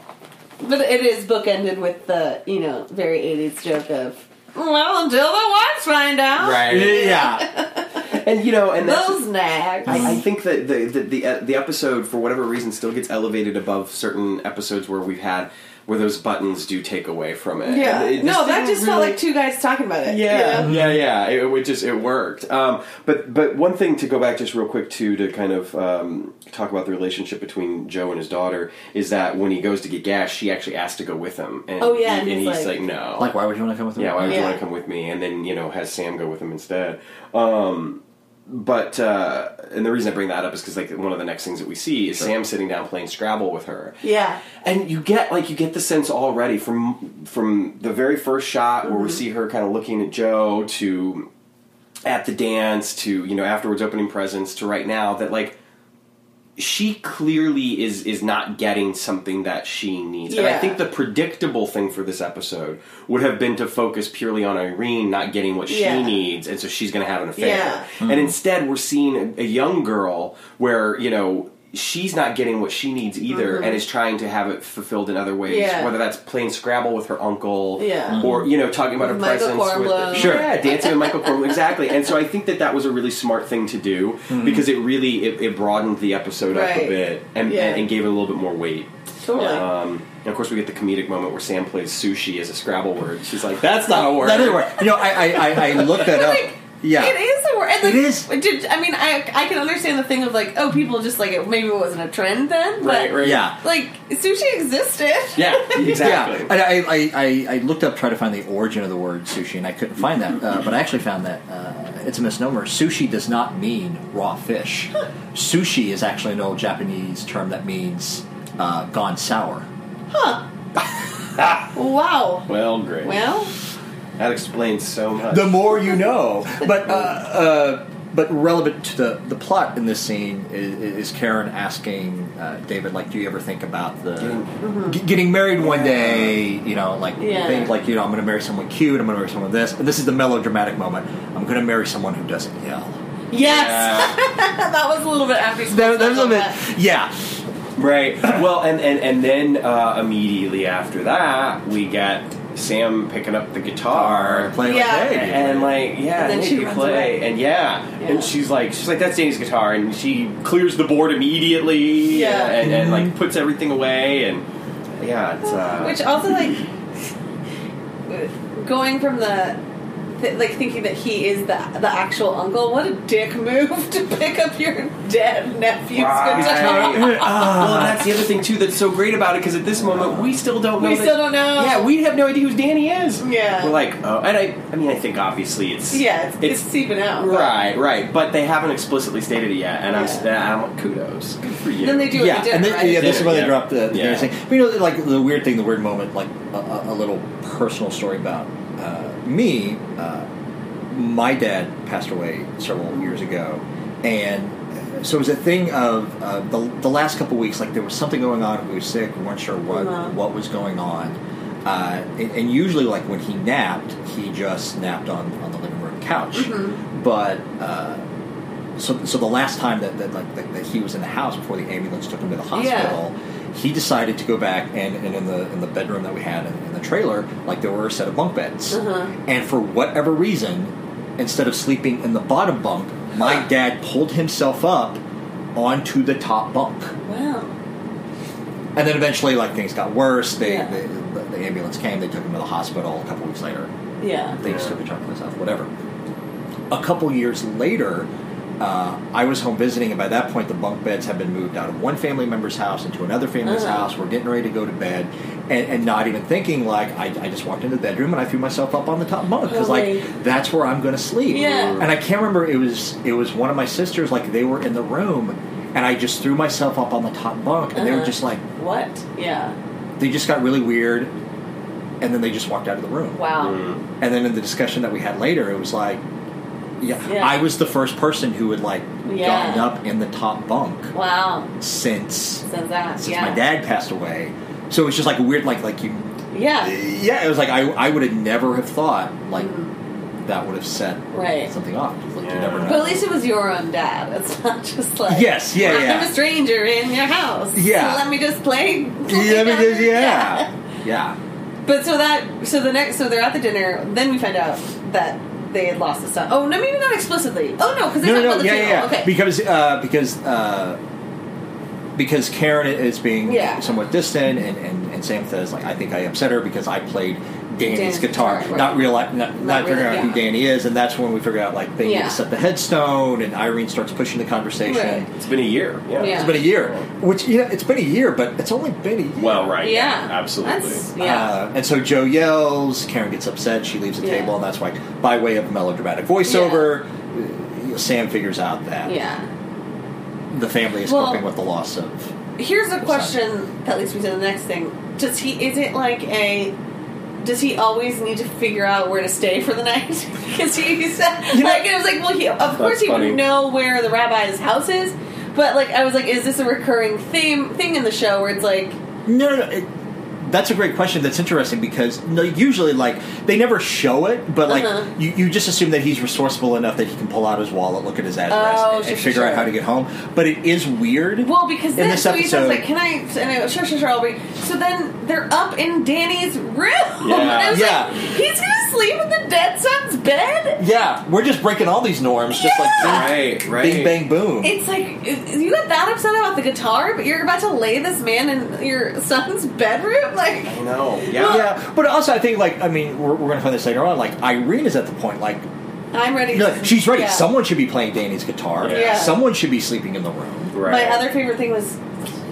C: But it is bookended with the, you know, very 80s joke of, well, until the wives find out.
A: right,
B: Yeah.
A: and you know, and that's,
C: Those nags.
A: I, I think that the the the, uh, the episode for whatever reason still gets elevated above certain episodes where we've had where those buttons do take away from it.
C: yeah.
A: And it- this
C: no, that
A: thing
C: just felt
A: really-
C: like two guys talking about
A: [laughs]
C: it.
A: yeah,
C: you know?
A: yeah, yeah. It, would just it worked. Um, but but one thing to go back just real quick to to kind of um, talk about the relationship between Joe and his daughter is that when he goes to get gas, she actually asked to go with him. And
C: Oh, yeah,
A: and,
C: and
A: he's,
C: he's
A: like,
C: like-
A: no,
B: like, why would you want to come with me?
A: yeah, why would you
C: Yeah.
A: want to come with me? And then you know, has Sam go with him instead. Um, but uh, and the reason I bring that up is because like one of the next things that we see is Sam sitting down playing Scrabble with her,
C: Yeah.
A: and you get like you get the sense already from from the very first shot where we
C: Mm-hmm.
A: see her kind of looking at Joe to at the dance to you know afterwards opening presents to right now that like she clearly is is not getting something that she needs and i
C: Yeah.
A: think the predictable thing for this episode would have been to focus purely on irene not getting what she
C: Yeah.
A: needs and so she's going to have an affair
C: Yeah.
A: and instead we're seeing a, a young girl where you know she's not getting what she needs either and is trying to have it fulfilled in other ways
C: Yeah.
A: whether that's playing scrabble with her uncle
C: Yeah.
A: or you know talking about her
C: Michael
A: presence
C: Kornblum.
A: with
C: Sure.
A: yeah, dancing with Michael Corleone, exactly. And so I think that that was a really smart thing to do because it really it, it broadened the episode up a
C: Right.
A: bit and,
C: Yeah.
A: and, gave it a little bit more weight.
C: Totally.
A: Um, and of course, we get the comedic moment where Sam plays sushi as a Scrabble word. She's like, "That's not a word."
B: That didn't work. You know, I, I, I, I looked that up.
C: [laughs] Like,
B: Yeah.
C: It is a word. And like,
B: It is.
C: Did, I mean, I I can understand the thing of like, oh, people just like it. Maybe it wasn't a trend then, but
A: Right, right.
B: Yeah.
C: like sushi existed.
A: Yeah, exactly.
B: Yeah, and I, I, I, I looked up trying to find the origin of the word sushi, and I couldn't find that. Uh, but I actually found that uh, it's a misnomer. Sushi does not mean raw fish. sushi is actually an old Japanese term that means uh, gone sour.
C: Wow.
A: Well, great.
C: Well,
A: that explains so much.
B: The more you know. But uh, uh, but relevant to the, the plot in this scene is, is Karen asking uh, David, like, do you ever think about the g- getting married one day? You know, like
C: Yeah.
B: things like you know, I'm going to marry someone cute. I'm going to marry someone this. And this is the melodramatic moment. I'm going to marry someone who doesn't yell.
C: yes.
A: Yeah.
C: [laughs] that was a little bit after.
B: That, that was a bit, yeah.
A: Right. Well, and and and then uh, immediately after that, we get Sam picking up the guitar.
B: playing
C: Yeah.
B: like [laughs] hey,
A: And like, yeah,
C: And then
A: Nick,
C: she
A: you
C: runs
A: play,
C: away.
A: and yeah.
C: Yeah.
A: and she's like, she's like, that's Danny's guitar, and she clears the board immediately,
C: Yeah.
A: and, and like puts everything away, and yeah, it's uh,
C: [sighs] Which also like going from the th- like thinking that he is the the actual uncle. What a dick move to pick up your dead nephew's guitar.
A: Right.
B: ah.
A: well, Oh, that's the other thing too that's so great about it because at this moment we still don't know.
C: [laughs] We
A: that-
C: still don't know.
A: Yeah, we have no idea who Danny is.
C: Yeah.
A: we're like, oh, and I, I mean, I think obviously it's
C: Yeah, it's, it's, even out. but-
A: right, right, but they haven't explicitly stated it yet, and I'm, s-
C: Yeah.
A: I'm like, kudos, good for you.
C: Then they do
B: yeah,
C: it.
B: and
C: And
B: they, yeah, this is
A: Dinner,
B: where they
A: yeah.
B: dropped the, the
A: Yeah.
B: thing. But you know, like the weird thing, the weird moment, like a- a, a little personal story about uh, me. Uh, my dad passed away several years ago, and so it was a thing of uh, the, the last couple weeks. Like there was something going on. We were sick. We weren't sure what
C: Uh-huh.
B: what was going on. Uh, and, and usually, like when he napped, he just napped on, on the living room couch.
C: Mm-hmm.
B: But uh, so, so the last time that, that like that, that he was in the house before the ambulance took him to the hospital, he decided to go back and, and in the in the bedroom that we had in, in the trailer, like there were a set of bunk beds, and for whatever reason, instead of sleeping in the bottom bunk, my dad pulled himself up onto the top bunk,
C: wow.
B: and then eventually like things got worse. They,
C: Yeah.
B: they the, the ambulance came, they took him to the hospital a couple weeks later
C: Yeah.
B: they just took a chunk of this off, whatever. A couple years later, uh, I was home visiting, and by that point, the bunk beds had been moved out of one family member's house into another family's
C: Uh-huh.
B: house. We're getting ready to go to bed, and, and not even thinking. Like I, I just walked into the bedroom and I threw myself up on the top bunk because,
C: Holy.
B: like, that's where I'm going to sleep.
C: Yeah.
B: And I can't remember it was it was one of my sisters. Like they were in the room, and I just threw myself up on the top bunk, and they were
C: Uh-huh.
B: just like,
C: What? Yeah.
B: they just got really weird, and then they just walked out of the room.
C: Wow.
A: Mm.
B: And then in the discussion that we had later, it was like, yeah,
C: Yeah.
B: I was the first person who had like
C: Yeah.
B: gotten up in the top bunk
C: Wow.
B: since
C: Says that.
B: since
C: yeah.
B: Mm. my dad passed away. So it was just like a weird, like like you,
C: Yeah.
B: yeah. It was like I I would have never have thought like that would have set
C: Mm-hmm. Right.
B: something off. It's Like, you
A: Yeah.
B: never know.
C: But
B: [laughs]
C: at least it was your own dad. It's not just like
B: yes, yeah,
C: I'm
B: yeah.
C: a stranger in your house.
B: Yeah.
C: So let me just play.
B: [laughs] Yeah, but there's-
C: [laughs]
B: yeah, yeah.
C: But so that so the next so they're at the dinner. Then we find out that they had lost the son. Oh no, maybe not explicitly. Oh no, because they
B: No,
C: talk
B: no,
C: about
B: no,
C: the
B: yeah, yeah,
C: funeral.
B: yeah.
C: Okay.
B: Because uh, because uh, because Karen is being
C: Yeah.
B: somewhat distant, and, and, and Sam says like I think I upset her because I played Danny's
C: Danny's
B: guitar,
C: guitar, right.
B: not realizing not, not,
C: Not
B: figuring
C: really,
B: out who
C: yeah.
B: Danny is, and that's when we figure out like they need
C: Yeah.
B: to set the headstone, and Irene starts pushing the conversation.
C: Right.
A: It's been a year. Yeah.
C: Yeah.
B: It's been a year, which yeah, it's been a year, but it's only been a year.
A: Well, right.
C: yeah.
A: absolutely.
C: That's, yeah.
B: Uh, and so Joe yells, Karen gets upset, she leaves the
C: Yeah.
B: table, and that's why, by way of melodramatic voiceover, uh, Sam figures out that
C: yeah.
B: the family is
C: Well-
B: coping with the loss of.
C: Here's a
B: What's
C: question that leads me to the next thing. Does he? Is it like a? Does he always need to figure out where to stay for the [laughs] night? Because he said,
B: You know-
C: like, it was like, well, he of course he
A: funny.
C: would know where the rabbi's house is, but like, I was like, is this a recurring theme thing in the show where it's like,
B: No, no, no. It, that's a great question. That's interesting because no, usually, like, they never show it, but like,
C: Uh-huh.
B: you, you just assume that he's resourceful enough that he can pull out his wallet, look at his address,
C: Oh,
B: and,
C: sure,
B: and figure
C: sure,
B: out how to
C: sure.
B: get home. But it is weird.
C: Well, because
B: in
C: then
B: this
C: so he
B: episode-
C: says like, "Can I?" And I go, "Sure, sure, sure, I'll be." So then they're up in Danny's room. [laughs]
A: Yeah.
C: and I was
B: Yeah.
C: Like, He's gonna sleep in the dead son's bed.
B: yeah, we're just breaking all these norms, just like
A: right, right.
B: bing, bing, bang, boom.
C: It's like i- you got that upset about the guitar, but you're about to lay this man in your son's bedroom. Like,
A: I know. Yeah.
B: yeah, but also I think like I mean we're, we're going to find this later on. Like Irene is at the point like
C: I'm ready.
B: you know, like, she's ready.
C: Yeah.
B: Someone should be playing Danny's guitar.
A: Yeah.
B: Someone should be sleeping in the room.
A: Right.
C: My other favorite thing was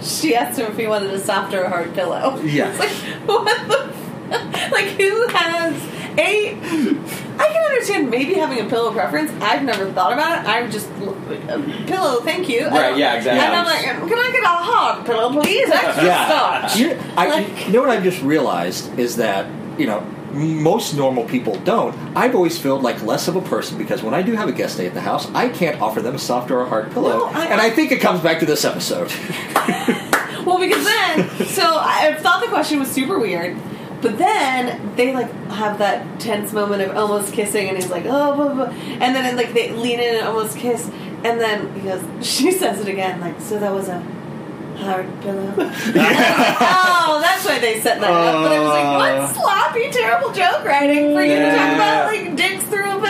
C: she asked him if he wanted a soft or a hard pillow.
B: Yeah.
C: It's like, what the f- Like, who has a. I can understand maybe having a pillow preference. I've never thought about it. I'm just. A pillow, thank you. I
A: Right,
C: don't-
A: yeah, exactly.
C: And I'm like, can I get a hard pillow, please? Extra [laughs]
B: yeah.
C: soft.
B: You, I,
C: Like-
B: you know what I've just realized is that, you know, most normal people don't. I've always felt like less of a person because when I do have a guest stay at the house, I can't offer them a soft or a hard pillow.
C: No, I-
B: and I think it comes back to this
C: [laughs]
B: episode.
C: Well, because then, so I thought the question was super weird, but then they like have that tense moment of almost kissing, and he's like, oh, blah, blah. and then like [laughs] they lean in and almost kiss, and then he goes, she says it again, like, so that was a hard pillow. oh, that's why they set that up. But I was like, what sloppy, terrible joke writing for you to talk about like dicks through a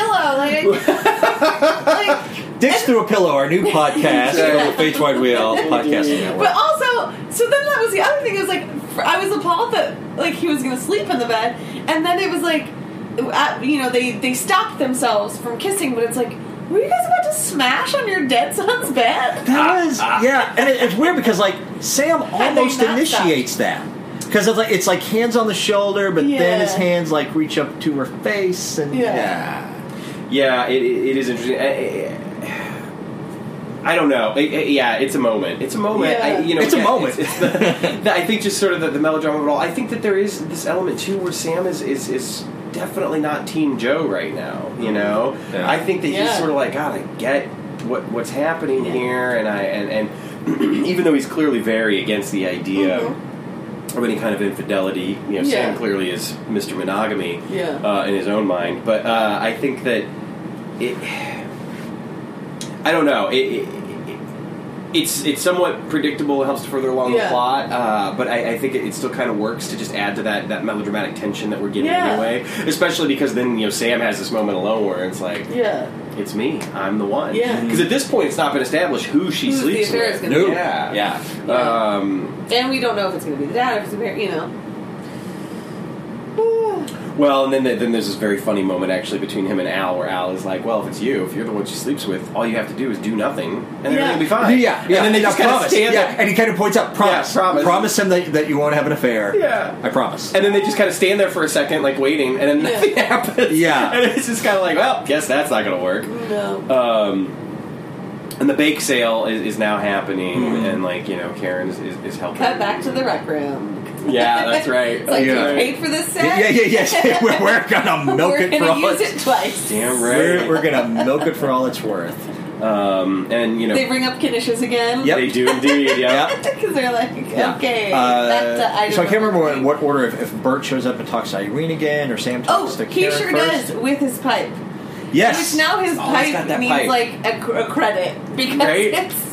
C: pillow? Like, like
B: Dicks Through a Pillow, our
C: [laughs]
B: new podcast from the Face Wide Wheel Podcasting Network.
C: but also, so then that was the other thing. It was like fr- I was appalled that like he was going to sleep in the bed, and then it was like, uh, you know, they they stopped themselves from kissing, but it's like. Were you guys about to smash on your dead son's bed?
B: That was yeah, and it, it's weird because like Sam almost
C: they not
B: initiates that because it's like it's like hands on the shoulder, but then his
C: Yeah.
B: hands like reach up to her face and
C: Yeah.
B: yeah,
A: Yeah, it, it it is interesting. I, I don't know. I- I- yeah, it's a moment. It's a moment. I, you know,
B: It's a
A: yeah,
B: moment.
A: It's, it's the, [laughs] the- I think just sort of the, the melodrama of it all. I think that there is this element too where Sam is is, is definitely not Team Joe right now. You know,
B: Yeah.
A: I think that he's
C: Yeah.
A: sort of like, God, I get what what's happening here, and I and and [clears throat] even though he's clearly very against the idea.
C: Mhm.
A: Of any kind of infidelity, you know,
C: Yeah.
A: Sam clearly is Mr. Monogamy
C: Yeah.
A: uh, in his own mind. But uh, I think that it, I don't know. It, it, it- it's it's somewhat predictable. It helps to further along the
C: Yeah.
A: plot, uh, but I, I think it, it still kind of works to just add to that, that melodramatic tension that we're getting
C: Yeah.
A: anyway. Especially because then you know Sam has this moment alone where it's like
C: Yeah.
A: it's me, I'm the one.
C: Yeah.
A: Because at this point, it's not been established who she
C: Who's the
A: sleeps
C: affair
A: with.
C: is gonna
B: no,
C: be?
A: Yeah.
B: yeah.
A: Um,
C: And we don't know if it's going to be the dad or if it's the parent, you know.
A: Well, and then the, then there's this very funny moment actually between him and Al, where Al is like, "Well, if it's you, if you're the one she sleeps with, all you have to do is do nothing, and then
C: Yeah.
A: everything will be fine."
B: yeah,
A: And then they
B: yeah,
A: just kind of
B: promise.
A: stand
B: yeah,
A: there,
B: and he kind of points out promise,
A: Yeah, promise.
B: him that, that you won't have an affair.
A: Yeah.
B: I promise.
A: and then they just kind of stand there for a second, like waiting, and then
C: Yeah.
A: nothing [laughs] happens.
B: Yeah.
A: and it's just kind of like, "Well, guess that's not going to work."
C: [sighs] No.
B: Uh,
A: Um, and the bake sale is, is now happening,
B: Hmm.
A: and like you know, Karen is, is, is helping.
C: Cut back to the rec room.
A: [laughs] Yeah,
C: [laughs]
A: that's right.
C: It's like,
B: Yeah.
C: you paid for this
B: yeah,
C: set?
B: yeah, yeah, yeah. [laughs] we're, we're gonna milk
C: We're
B: it for
C: going to
B: all
C: use
B: its,
C: it twice.
A: Damn right.
B: we're, we're gonna milk it for all it's worth.
A: Um, and you know,
C: They bring up Knishes again.
B: Yep.
A: they do indeed. Yeah.
C: [laughs] Because they're like, okay,
B: Uh,
C: back to item
B: so I can't
C: number
B: remember in
C: three.
B: what order if, if Bert shows up and talks to Irene again or Sam talks
C: Oh,
B: to
C: he
B: Karen
C: sure
B: first.
C: does with his pipe.
B: Yes.
C: Which now his
A: Oh, he's got
C: pipe
A: that
C: needs
A: pipe.
C: like a, cr- a credit because
A: Right?
C: it's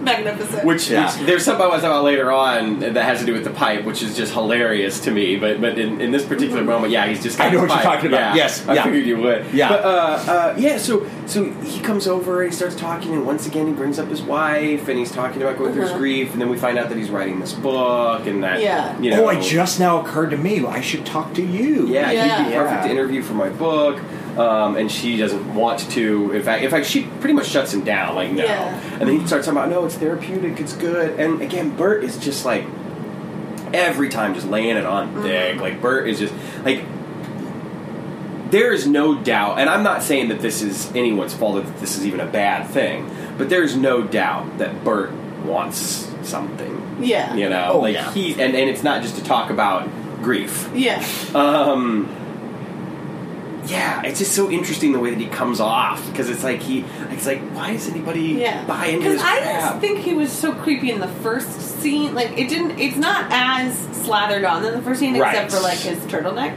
C: magnificent.
A: Which,
B: Yeah.
A: which there's something I want to talk about later on that has to do with the pipe, which is just hilarious to me. But but in, in this particular moment, yeah, he's just got
B: I know
A: the
B: what you're
A: pipe.
B: talking
A: Yeah.
B: about. Yes,
A: I
B: yeah.
A: figured you would.
B: Yeah.
A: but, uh, uh, yeah. So so he comes over, he starts talking, and once again he brings up his wife, and he's talking about going through his
C: Uh-huh.
A: grief, and then we find out that he's writing this book, and that
C: Yeah.
A: you know,
B: oh, it just now occurred to me. I should talk to you.
A: yeah, he'd be
C: Yeah.
A: perfect to interview for my book. Um, and she doesn't want to. In fact, in fact, she pretty much shuts him down. Like no,
C: Yeah.
A: and then he starts talking about no, it's therapeutic, it's good. And again, Bert is just like every time, just laying it on
C: Mm-hmm.
A: thick. Like Bert is just like there is no doubt, and I'm not saying that this is anyone's fault, or that this is even a bad thing, but there is no doubt that Bert wants something.
C: yeah.
A: You know,
B: Oh,
A: like
B: yeah.
A: he, and, and it's not just to talk about grief.
C: Yeah.
A: Um, yeah, it's just so interesting the way that he comes off because it's like he, it's like why is anybody
C: yeah.
A: buy into
C: Because
A: this
C: I
A: crap?
C: just think he was so creepy in the first scene. Like it didn't. It's not as slathered on than the first scene,
A: Right.
C: except for like his turtleneck.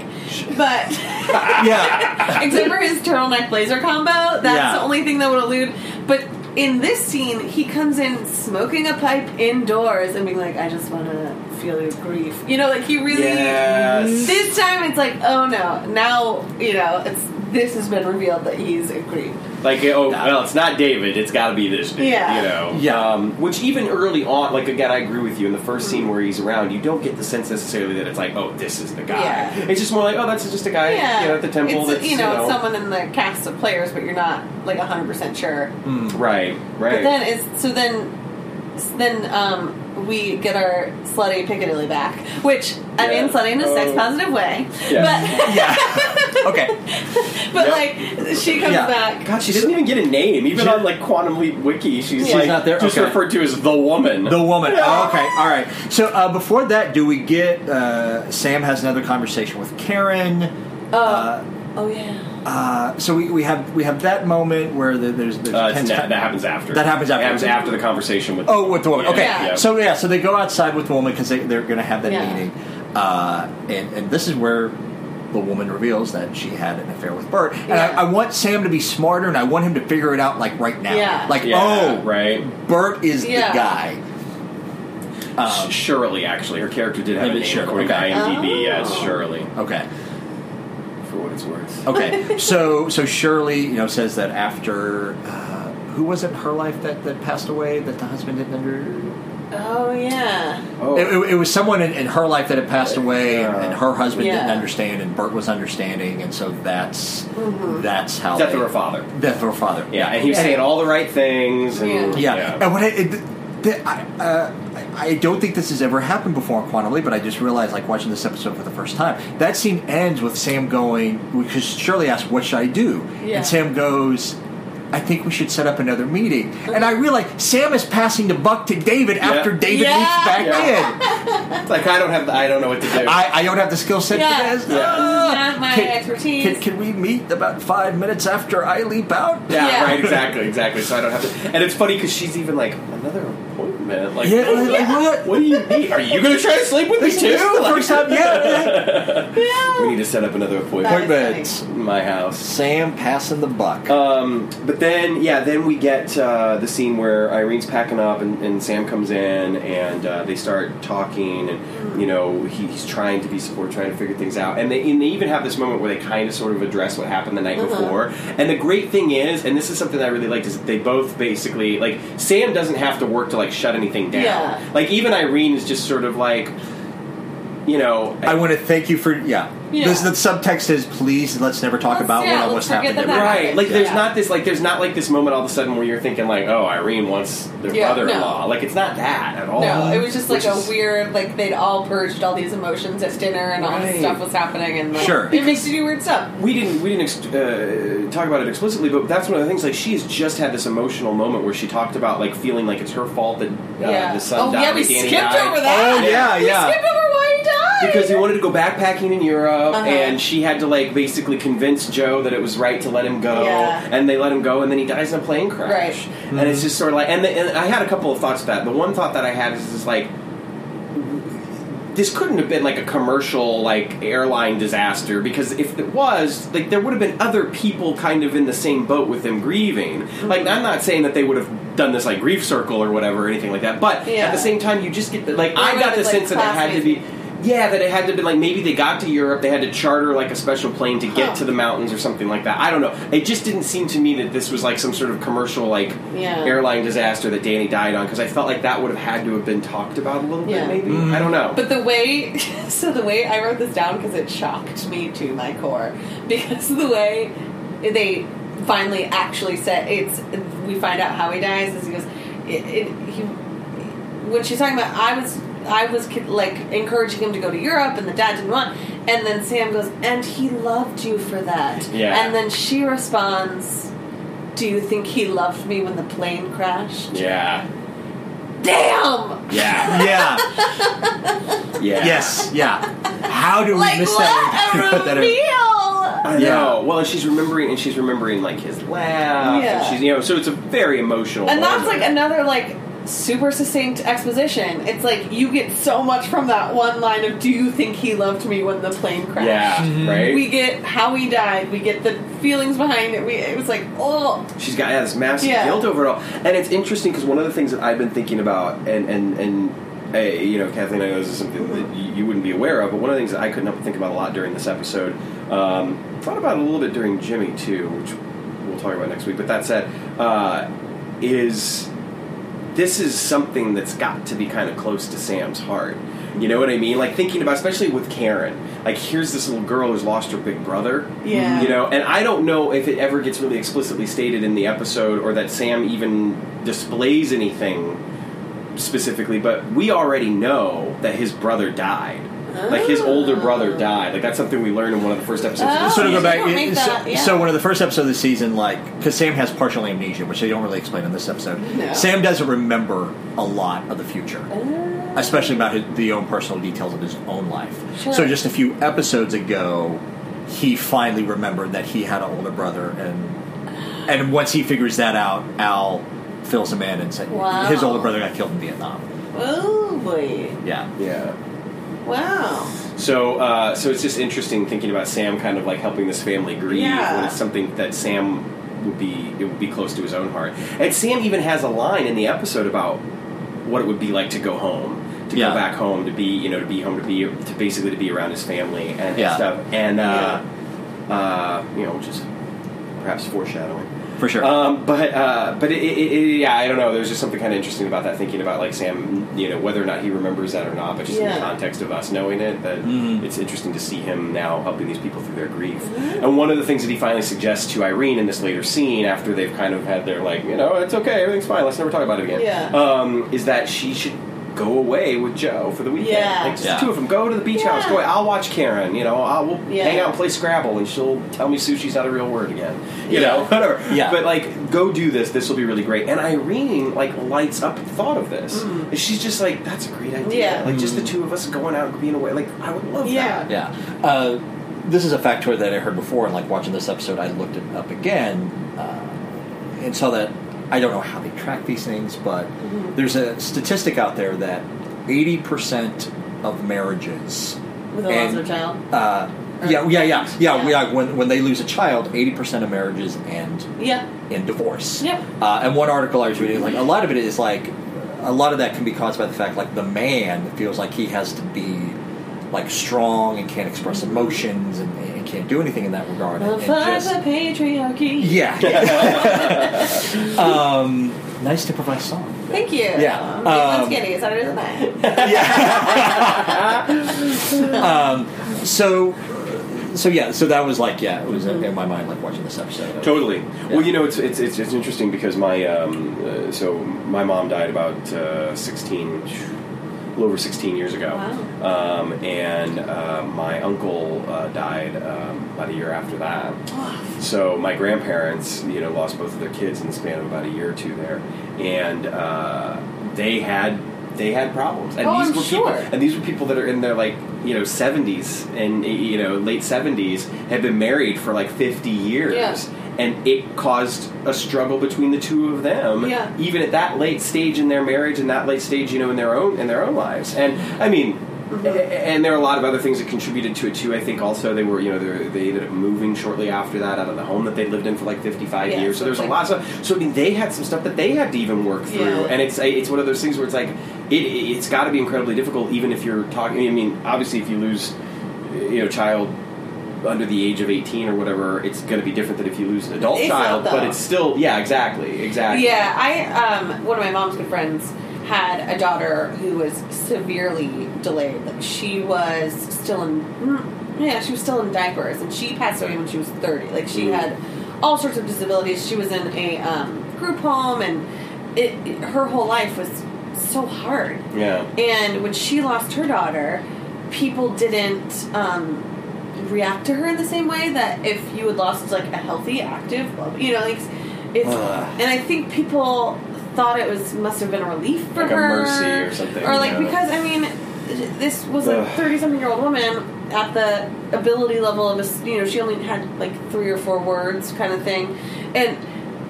C: But [laughs]
A: [laughs]
B: yeah. [laughs]
C: except for his turtleneck blazer combo, that's
B: Yeah.
C: the only thing that would elude. But in this scene, he comes in smoking a pipe indoors and being like, "I just want to feel your grief." You know, like he really.
A: Yes.
C: This time, it's like, oh no! Now you know it's. This has been revealed that he's a creep.
A: like oh well, it's not David, it's got to be this dude,
C: Yeah.
A: you know,
B: Yeah.
A: Um, which even early on, like again, I agree with you in the first
C: Mm-hmm.
A: scene where he's around, you don't get the sense necessarily that it's like oh this is the guy.
C: Yeah.
A: It's just more like oh that's just a guy
C: Yeah,
A: you know, at the temple.
C: It's,
A: that's
C: you know, someone in the cast of players, but you're not like hundred percent sure.
A: right, right.
C: But then it's so then so then um, we get our slutty Piccadilly back, which I
A: Yeah.
C: mean slutty in a sex
A: Oh.
C: positive way,
A: Yeah.
B: Yeah. Okay.
C: but [laughs] but
A: Yep.
C: like she comes
B: Yeah.
C: back.
A: God, she doesn't even get a name. Even
B: She-
A: on like Quantum Leap Wiki, she's,
C: She's
A: like
B: not there?
A: just
B: Okay.
A: referred to as the woman.
B: The woman. Oh, okay. All right. So uh, before that, do we get uh, Sam has another conversation with Karen?
C: Oh,
B: Uh,
C: oh yeah,
B: uh, so we, we have we have that moment where the, there's, there's
A: Uh, it's
B: tense
A: na-
B: con-
A: that happens after.
B: That happens after.
A: It happens after the conversation with.
B: Oh, with the woman.
A: Yeah,
B: okay.
A: yeah.
B: So yeah, so they go outside with the woman because they, they're going to have that
C: Yeah.
B: meeting, uh, and and this is where the woman reveals that she had an affair with Bert. And
C: Yeah.
B: I, I want Sam to be smarter, and I want him to figure it out like oh. right now.
C: Yeah.
B: Like
A: Yeah,
B: oh,
A: right.
B: Bert is
C: Yeah.
B: the guy. Um,
A: Shirley, actually, her character did have
B: Maybe
A: a name
B: Shirley,
A: according
B: okay.
A: to IMDb.
C: Oh.
A: Yeah, it's Shirley,
B: Um, okay.
A: for what it's
B: Oh.
A: worth.
B: Okay, so so Shirley, you know, says that after uh, who was it in her life that, that passed away that the husband didn't under.
C: Oh yeah.
A: Oh,
B: It, it- it was someone in, in her life that had passed away, and, and her husband didn't
C: Yeah.
B: understand, and Bert was understanding, and so that's that's how
A: death
B: they-
A: of her father.
B: Death of her father.
A: Yeah, and he was saying all the right things. And,
B: Yeah, and when I, it, the, I, uh, I I don't think this has ever happened before in Quantum Leap, but I just realized, like watching this episode for the first time, that scene ends with Sam going because Shirley asks, "What should I do?"
C: Yeah.
B: and Sam goes. I think we should set up another meeting. And I realized Sam is passing the buck to David after David
C: Yeah.
B: leaps back
A: Yeah.
B: in.
A: It's like I don't have, the, I don't know what to do.
B: Oh. I, I don't have the skill set
C: Yeah.
B: for this.
A: Yeah.
B: Ah.
C: Not my
B: Can-
C: expertise.
B: Can, can we meet about five minutes after I leap out?
A: yeah,
C: Yeah.
A: right, exactly, exactly. So I don't have to. And it's funny because she's even like another appointment. Like,
B: Yeah, like, like, what?
A: what do you mean? Are you going to try to sleep with me
B: This
A: too?
B: is the first time. Yeah,
A: [laughs] We need to set up another appointment.
B: appointments.
A: in My house.
B: Sam passing the buck.
A: Um, but then, yeah, then we get uh, the scene where Irene's packing up and, and Sam comes in and uh, they start talking and, you know, he, he's trying to be supportive, trying to figure things out. And they, and they even have this moment where they kind of sort of address what happened the night before. And the great thing is, and this is something I really liked, is that they both basically, like, Sam doesn't have to work to, like, shut anything down.
C: Yeah.
A: Like, even Irene is just sort of like, you know,
B: I want to thank you for yeah.
C: Yeah.
B: This, the subtext is please let's never talk
C: Let's-
B: about
C: yeah,
B: what almost
C: let's forget
B: happened. to
C: that
B: me.
C: that
A: Right.
C: happens.
A: [laughs] Like there's
C: Yeah.
A: not this like there's not like this moment all of a sudden where you're thinking like, oh, Irene wants their
C: Yeah,
A: mother-in-law.
C: no.
A: Like it's not that at all.
C: No, it was just like
A: Which
C: a
A: is-
C: weird, like they'd all purged all these emotions at dinner and all
A: Right.
C: this stuff was happening and like,
B: Sure.
C: it makes you do weird stuff.
A: We didn't we didn't ex- uh, talk about it explicitly, but that's one of the things. Like she has just had this emotional moment where she talked about like feeling like it's her fault that uh,
C: yeah.
A: the son
C: oh
A: died.
C: yeah, we
A: that Danny
C: skipped
A: died.
C: over that.
B: Oh, yeah,
C: we
B: yeah.
C: skipped over why he died.
A: Because he wanted to go backpacking in Europe,
C: Uh-huh.
A: and she had to like basically convince Joe that it was right to let him go,
C: Yeah.
A: and they let him go, and then he dies in a plane crash.
C: Right.
A: And it's just sort of like, and, the, and I had a couple of thoughts about that. The one thought that I had is just like, this couldn't have been like a commercial like airline disaster because if it was like there would have been other people kind of in the same boat with them grieving
C: Mm-hmm.
A: like i'm not saying that they would have done this like grief circle or whatever or anything like that but at
C: Yeah.
A: the same time you just get the, like
C: Or
A: i
C: it
A: got the
C: was, like,
A: sense that it had to be
C: classmates.
A: yeah, that it had to be like maybe they got to Europe, they had to charter like a special plane to get
C: Huh.
A: to the mountains or something like that. I don't know. It just didn't seem to me that this was like some sort of commercial like
C: Yeah.
A: airline disaster that Danny died on because I felt like that would have had to have been talked about a little
C: Yeah.
A: bit maybe.
B: Mm.
A: I don't know.
C: But the way, [laughs] so the way I wrote this down because it shocked me to my core. Because the way they finally actually said it's, we find out how he dies is he goes, it, it, he, when she's talking about, I was, I was ki- like encouraging him to go to Europe, and the dad didn't want. And then Sam goes, and he loved you for that.
A: Yeah.
C: And then she responds, "Do you think he loved me when the plane crashed?"
A: yeah.
C: Damn. [laughs]
A: Yeah.
B: Yeah.
A: Yeah.
B: Yes. Yeah. How do we
C: Like
B: miss that? [laughs]
C: what a
B: that-
C: reveal!
A: I
B: Yeah.
A: know. Well, and she's remembering, and she's remembering like his laugh.
C: Yeah.
A: And she's, you know, so it's a very emotional.
C: And that's
A: moment.
C: like another like super succinct exposition. It's like you get so much from that one line of "Do you think he loved me when the plane crashed?"
A: yeah,
B: Mm-hmm.
A: right.
C: We get how he died. We get the feelings behind it. We it was like oh
A: She's got yeah, this massive
C: Yeah.
A: guilt over it all, and it's interesting because one of the things that I've been thinking about, and and and uh, you know, Kathleen, I know this is something that you, you wouldn't be aware of, but one of the things that I couldn't help but think about a lot during this episode, um, thought about it a little bit during Jimmy too, which we'll talk about next week. But that said, uh, is this is something that's got to be kind of close to Sam's heart. You know what I mean? Like thinking about, especially with Karen. Like here's this little girl who's lost her big brother.
C: Yeah.
A: You know, and I don't know if it ever gets really explicitly stated in the episode or that Sam even displays anything specifically, but we already know that his brother died. Like his older brother died. Like that's something we learned in one of the first episodes. of this
C: Oh,
B: sort of
C: yeah,
B: go
C: they
B: back.
C: don't make
B: so,
C: that, yeah.
B: so one of the first episodes of the season, like because Sam has partial amnesia, which they don't really explain in this episode.
C: No.
B: Sam doesn't remember a lot of the future, especially about his, the own personal details of his own life.
C: Sure.
B: So just a few episodes ago, he finally remembered that he had an older brother, and and once he figures that out, Al fills him in and said
C: Wow.
B: his older brother got killed in Vietnam.
C: oh boy
B: Yeah.
A: Yeah.
C: wow
A: So, uh, so it's just interesting thinking about Sam kind of like helping this family grieve
C: Yeah.
A: when it's something that Sam would be it would be close to his own heart. And Sam even has a line in the episode about what it would be like to go home, to to
B: Yeah.
A: go back home to be you know to be home to be to basically to be around his family and
B: Yeah.
A: stuff and uh, uh, you know which is perhaps foreshadowing.
B: for sure.
A: Um, but uh, but it, it, it, yeah, I don't know. There's just something kind of interesting about that. Thinking about like Sam, you know, whether or not he remembers that or not, but just in
C: Yeah.
A: the context of us knowing it, that
B: Mhm.
A: it's interesting to see him now helping these people through their grief.
C: Mm-hmm.
A: And one of the things that he finally suggests to Irene in this later scene, after they've kind of had their like, you know, it's okay, everything's fine, let's never talk about it again.
C: Yeah.
A: Um, is that she should go away with Joe for the weekend?
C: Yeah.
A: Like just
B: Yeah.
A: the two of them go to the beach
C: Yeah.
A: house. Go. I'll watch Karen. You know, I'll we'll
C: Yeah.
A: hang out and play Scrabble, and she'll tell me sushi's not a real word again. You
C: Yeah.
A: know, whatever.
B: Yeah.
A: But like, go do this. This will be really great. And Irene like lights up the thought of this. And She's just like, that's a great idea.
C: Mm. Yeah.
A: Like just the two of us going out and being away. Like I would love
C: Yeah.
A: that.
B: Yeah. Uh, this is a factoid that I heard before, and like watching this episode, I looked it up again uh, and saw that I don't know how they track these things, but
C: Mm-hmm.
B: there's a statistic out there that 80% of marriages.
C: With a
B: and-
C: loss of child.
B: Uh, yeah, yeah, yeah, yeah,
C: Yeah.
B: yeah. when, when they lose a child, 80% of marriages end
C: Yeah.
B: in divorce.
C: Yep.
B: Uh, and one article I was reading, like a lot of it is like a lot of that can be caused by the fact like the man feels like he has to be like strong and can't express emotions and, and can't do anything in that regard.
C: The
B: and, and
C: fuck
B: just-
C: the patriarchy.
B: yeah. [laughs] yeah. um, nice to provide song.
C: Thank you.
B: Yeah.
C: Um,
B: Um,
C: skinny Saturday the night. [laughs]
A: [laughs]
B: Um, so, so yeah, so that was like yeah, it was in my mind like watching this episode.
A: Totally.
B: Yeah.
A: Well, you know, it's it's it's, it's interesting because my um, uh, so my mom died about uh, sixteen, a little over sixteen years ago, um, and uh, my uncle uh, died um, about a year after that.
B: [laughs]
A: So my grandparents, you know, lost both of their kids in the span of about a year or two there, and uh, they had they had problems. And
C: Oh,
A: these
C: I'm
A: were
C: sure.
A: people, and these were people that are in their like you know seventies and you know late seventies have been married for like fifty years.
C: Yeah.
A: And it caused a struggle between the two of them,
C: Yeah.
A: even at that late stage in their marriage and that late stage, you know, in their own in their own lives. And I mean,
C: Mm-hmm.
A: a- and there are a lot of other things that contributed to it too. I think also they were, you know, they, were- they ended up moving shortly after that out of the home that they lived in for like fifty five
C: Yeah,
A: years. So there's a
C: something.
A: lot of stuff. So I mean, they had some stuff that they had to even work through,
C: Yeah.
A: and it's it's one of those things where it's like it, it's got to be incredibly difficult, even if you're talking. I mean, obviously, if you lose, you know, child under the age of 18 or whatever it's going to be different than if you lose an adult
C: It's
A: child
C: not,
A: but
C: though.
A: it's still yeah exactly exactly
C: Yeah, I um one of my mom's good friends had a daughter who was severely delayed. Like she was still in mm, yeah, she was still in diapers and she passed away when she was 30. Like she
A: Mm.
C: had all sorts of disabilities. She was in a um, group home and it, it- her whole life was so hard.
A: yeah
C: And when she lost her daughter, people didn't um, react to her in the same way that if you had lost like a healthy, active, you know, like it's.
B: Ugh.
C: And I think people thought it was must have been a relief for
A: Like a
C: her,
A: mercy or something,
C: or like
A: yeah.
C: because I mean, this was a
A: Ugh.
C: thirty-something-year-old woman at the ability level of a s- you know she only had like three or four words kind of thing, and.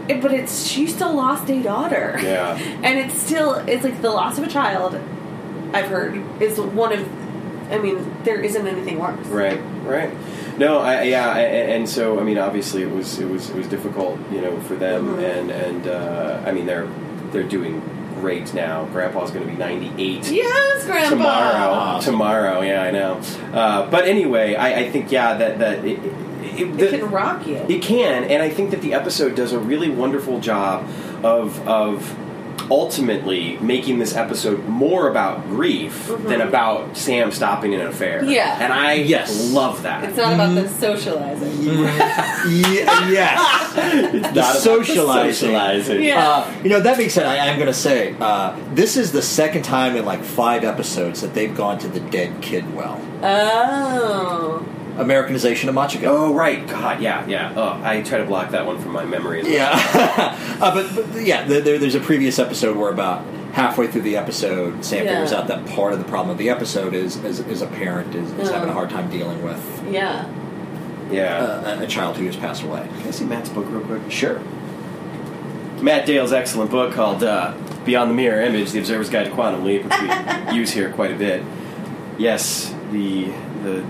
C: It, but it's she still lost a daughter
A: Yeah.
C: [laughs] and it's still it's like the loss of a child I've heard is one of. I mean, there isn't anything worse.
A: Right, right. No, I, yeah, I, and and so I mean, obviously, it was it was it was difficult, you know, for them,
C: Mhm.
A: and and uh, I mean, they're they're doing great now. Grandpa's going to be ninety eight
C: Yes, Grandpa.
A: tomorrow. Tomorrow, yeah, I know. Uh, but anyway, I, I think yeah that that it, it,
C: It
A: the-
C: can rock you.
A: it can, and I think that the episode does a really wonderful job of of ultimately making this episode more about grief than about Sam stopping an affair.
C: Mm-hmm. Yeah.
A: and I
B: Yes.
A: love that.
C: it's not about
A: Mm-hmm.
C: the socializing.
B: Ye- yes.
A: [laughs] It's
B: The
A: not about
B: socializing.
A: socializing.
C: [laughs] Yeah.
B: Uh, you know, that being said, I am going to say uh, this is the second time in like five episodes that they've gone to the dead kid well.
C: Oh,
B: Americanization of Machiko.
A: Oh right, God, yeah, yeah. Oh, I try to block that one from my memory. as well.
B: Yeah. [laughs] uh, but, but yeah, there, there, there's a previous episode where about halfway through the episode, Sam
C: Yeah.
B: figures out that part of the problem of the episode is is, is a parent is, is
C: Oh.
B: having a hard time dealing with
C: yeah.
A: yeah.
B: uh, a, a child who has passed away.
A: Can I see Matt's book real quick?
B: Sure.
A: Matt Dale's excellent book called uh, Beyond the Mirror Image, The Observer's Guide to Quantum Leap, which we use here quite a bit. Yes, the the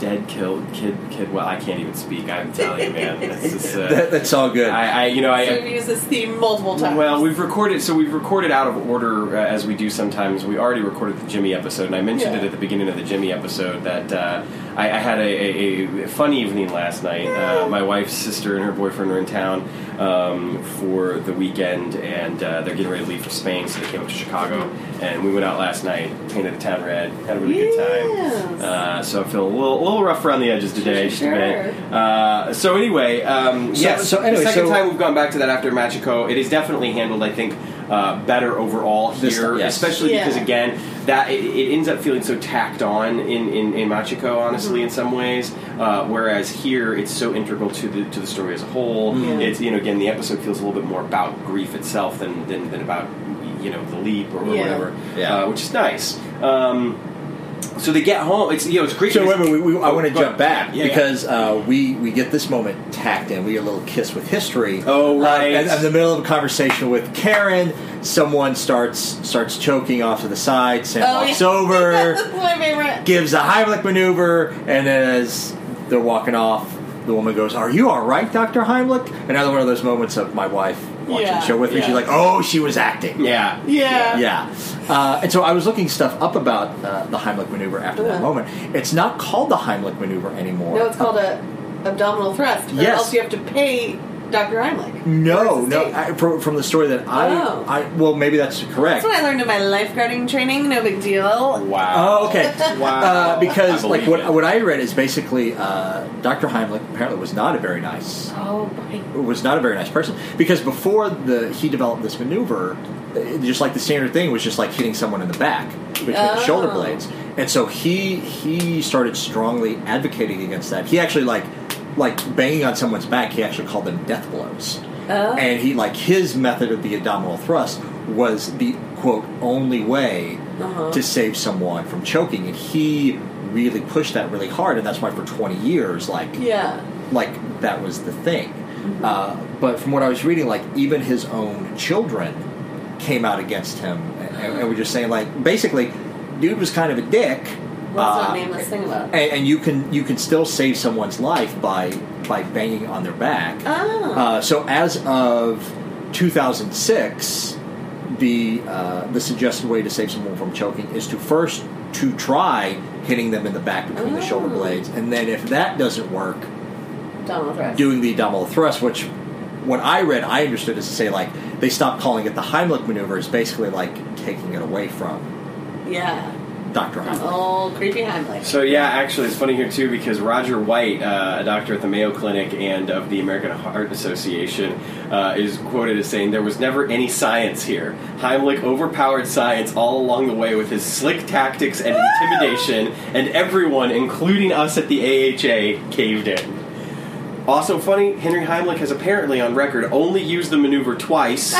A: dead kill kid kid. Well, I can't even speak. I'm telling you, man. This is, uh,
B: [laughs] That, that's all good.
A: I, I you know I.
D: So we've used this theme multiple times.
A: Well, we've recorded, so we've recorded out of order uh, as we do sometimes. We already recorded the Jimmy episode, and I mentioned
D: Yeah.
A: it at the beginning of the Jimmy episode that uh, I, I had a, a, a fun evening last night. Uh, my wife's sister and her boyfriend were in town um, for the weekend, and uh, they're getting ready to leave for Spain, so they came up to Chicago, and we went out last night, painted the town red, had a really good time.
D: Yes.
A: Uh, so I feel a little, a little rough around the edges today, just a bit. Uh, so anyway, um,
B: So-
A: yes.
B: so anyway,
A: the second
B: so-
A: time we've gone back to that after Magico, it is definitely handled, I think, uh, better overall
B: This
A: here,
B: time, yes.
A: especially
D: Yeah.
A: because again, that it, it ends up feeling so tacked on in in, in Machiko,
D: Mm-hmm.
A: honestly, in some ways. Uh, whereas here, it's so integral to the to the story as a whole.
D: Mm-hmm. Yeah.
A: It's you know, again, the episode feels a little bit more about grief itself than than, than about you know the leap or, or
D: Yeah.
A: whatever,
B: Yeah.
A: uh, which is nice. Um, so they get home. It's you know, it's great.
B: So wait, a minute, we, we, I want to
A: Go-
B: jump back
A: yeah, yeah.
B: because Uh, we we get this moment tacked in. We get a little kiss with history.
A: Oh,
B: Uh,
A: right.
B: and- and in the middle of a conversation with Karen, someone starts starts choking off to the side. Sam
D: Oh,
B: walks
D: yeah. [laughs]
B: over,
D: That's my favorite.
B: gives a Heimlich maneuver, and then as they're walking off, the woman goes, "Are you all right, Doctor Heimlich?" Another one of those moments of my wife watching
D: Yeah,
B: the show with me.
A: yeah.
B: She's like, "Oh, she was acting."
A: yeah,
D: Yeah.
B: Yeah. Uh, and so I was looking stuff up about uh, the Heimlich maneuver after that
D: Yeah.
B: moment. It's not called the Heimlich maneuver anymore.
D: No, it's called a abdominal thrust. Or
B: Yes.
D: else you have to pay Dr. Heimlich.
B: No,
D: Versus
B: no.
D: date.
B: I, from, from the story that I,
D: Oh.
B: I, well, maybe that's correct.
D: That's what I learned in my lifeguarding training. No big deal.
A: wow,
D: [laughs]
B: Oh, okay.
A: wow,
B: Uh, because
A: I
B: like
A: believe
B: what
A: it.
B: what I read is basically uh, Dr. Heimlich apparently was not a very nice
D: Oh my.
B: was not a very nice person because before the he developed this maneuver, uh, just like the standard thing was just like hitting someone in the back between the
D: Oh.
B: shoulder blades, and so he he started strongly advocating against that. He actually like like banging on someone's back. He actually called them death blows,
D: Oh.
B: and he like his method of the abdominal thrust was the quote only way
D: Uh-huh.
B: to save someone from choking, and he really pushed that really hard, and that's why for twenty years like
D: Yeah.
B: like that was the thing. Uh, but from what I was reading, like even his own children came out against him and, and were just saying, like, basically, dude was kind of a dick.
D: What's
B: uh,
D: not nameless thing about?
B: and, and you can you can still save someone's life by by banging on their back.
D: Oh.
B: Uh, so as of 2006, the uh, the suggested way to save someone from choking is to first to try hitting them in the back between the shoulder
D: Oh.
B: blades, and then if that doesn't work,
D: Abdominal thrust.
B: doing the abdominal thrust, which when I read, I understood as to say like they stopped calling it the Heimlich maneuver. Is basically like taking it away from
D: Yeah.
B: Doctor Heimlich.
D: Oh, creepy Heimlich.
A: So yeah, actually, it's funny here too because Roger White, uh, a doctor at the Mayo Clinic and of the American Heart Association, uh, is quoted as saying, "There was never any science here. Heimlich overpowered science all along the way with his slick tactics and intimidation, and everyone, including us at the AHA, caved in." Also funny, Henry Heimlich has apparently on record only used the maneuver twice.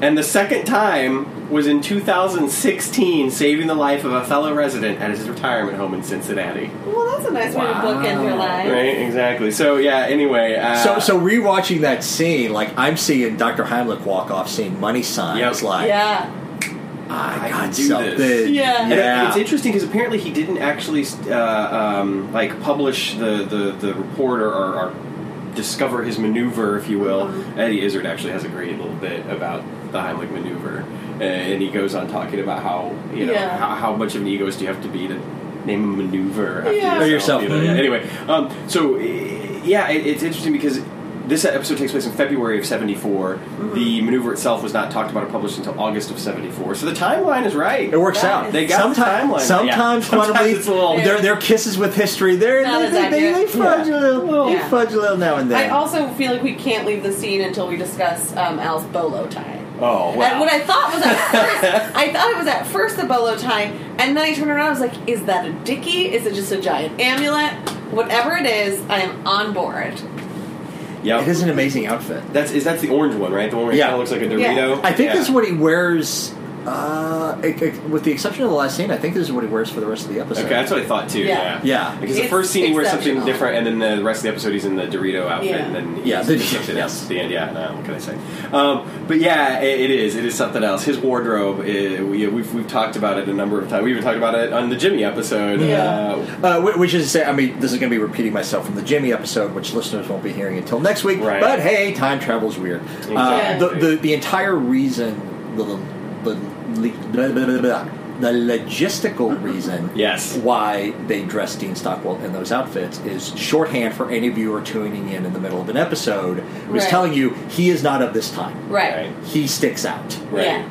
A: And the second time was in 2016, saving the life of a fellow resident at his retirement home in Cincinnati.
D: Well, that's a nice way to book in your
B: Wow.
D: life.
A: Right? Exactly. So yeah. Anyway. Uh,
B: So, so rewatching that scene, like I'm seeing Doctor Heimlich walk off, seeing money signs,
A: Yep.
B: like
D: Yeah.
B: I
A: I
B: got
A: can do
B: something.
A: this.
D: Yeah.
A: And it- it's interesting because apparently he didn't actually uh, um, like publish the the, the report or, or, or discover his maneuver, if you will.
D: Uh-huh.
A: Eddie Izzard actually has a great little bit about the Heimlich maneuver, uh, and he goes on talking about how you know
D: Yeah.
A: how, how much of an egoist do you have to be to name a maneuver after
D: Yeah.
B: Or
A: yourself.
B: yourself.
A: you know?
B: Mhm.
A: Anyway, um, so uh, yeah, it, it's interesting because. This episode takes place in February of 74.
D: Mm-hmm.
A: The maneuver itself was not talked about or published until August of 74. So the timeline is right.
B: It works
D: That
B: out.
D: is-
A: They got the
B: sometimes,
A: timeline.
B: sometimes
A: Yeah.
B: quantum
A: [laughs] Sometimes
B: leap,
A: it's a little-
B: their their kisses with history, they're,
D: Not
B: they
D: as
B: they, they, they
D: accurate.
B: fudge a little, they
D: Yeah.
B: fudge a little now and
D: I
B: then.
D: also feel like we can't leave the scene until we discuss um, Al's bolo tie.
A: Oh,
D: And what I thought was at first, I thought it was at first a bolo tie, and then I turned around. I was like, "Is that a dicky? Is it just a giant amulet? Whatever it is, I am on board."
B: it
A: Yep.
B: is an amazing outfit.
A: That's is that's the orange one, right? The one where it
B: Yeah.
A: kind of looks like a
D: Yeah.
A: Dorito.
B: I think
A: Yeah.
B: that's what he wears Uh, it, it- with the exception of the last scene, I think this is what he wears for the rest of the episode.
A: Okay, that's what I thought too.
C: Yeah.
A: Yeah,
B: Yeah.
A: Because the
C: It's
A: first scene he wears something
C: exceptional.
A: different, and then the rest of the episode he's in the Dorito outfit,
C: Yeah.
A: and then
B: Yeah,
A: he's
B: the-
A: just something
B: yes.
A: else at the end. Yeah, no, what can I say? Um, but yeah, it, it is. It is something else. His wardrobe. eh, we, we've we've talked about it a number of times. We even talked about it on the Jimmy episode.
C: Yeah.
A: Uh,
B: Uh, whi- which is to say, I mean, this is going to be repeating myself from the Jimmy episode, which listeners won't be hearing until next week.
A: Right.
B: But hey, time travel's weird. Uh, the,
A: Exactly.
B: the the entire reason, the the, the, blah, blah, blah, blah, the logistical reason,
A: Mm-hmm. Yes.
B: why they dress Dean Stockwell in those outfits is shorthand for any of you who are tuning in in the middle of an episode who's
C: Right.
B: telling you he is not of this time.
C: Right.
B: He sticks out.
A: Right.
C: Yeah.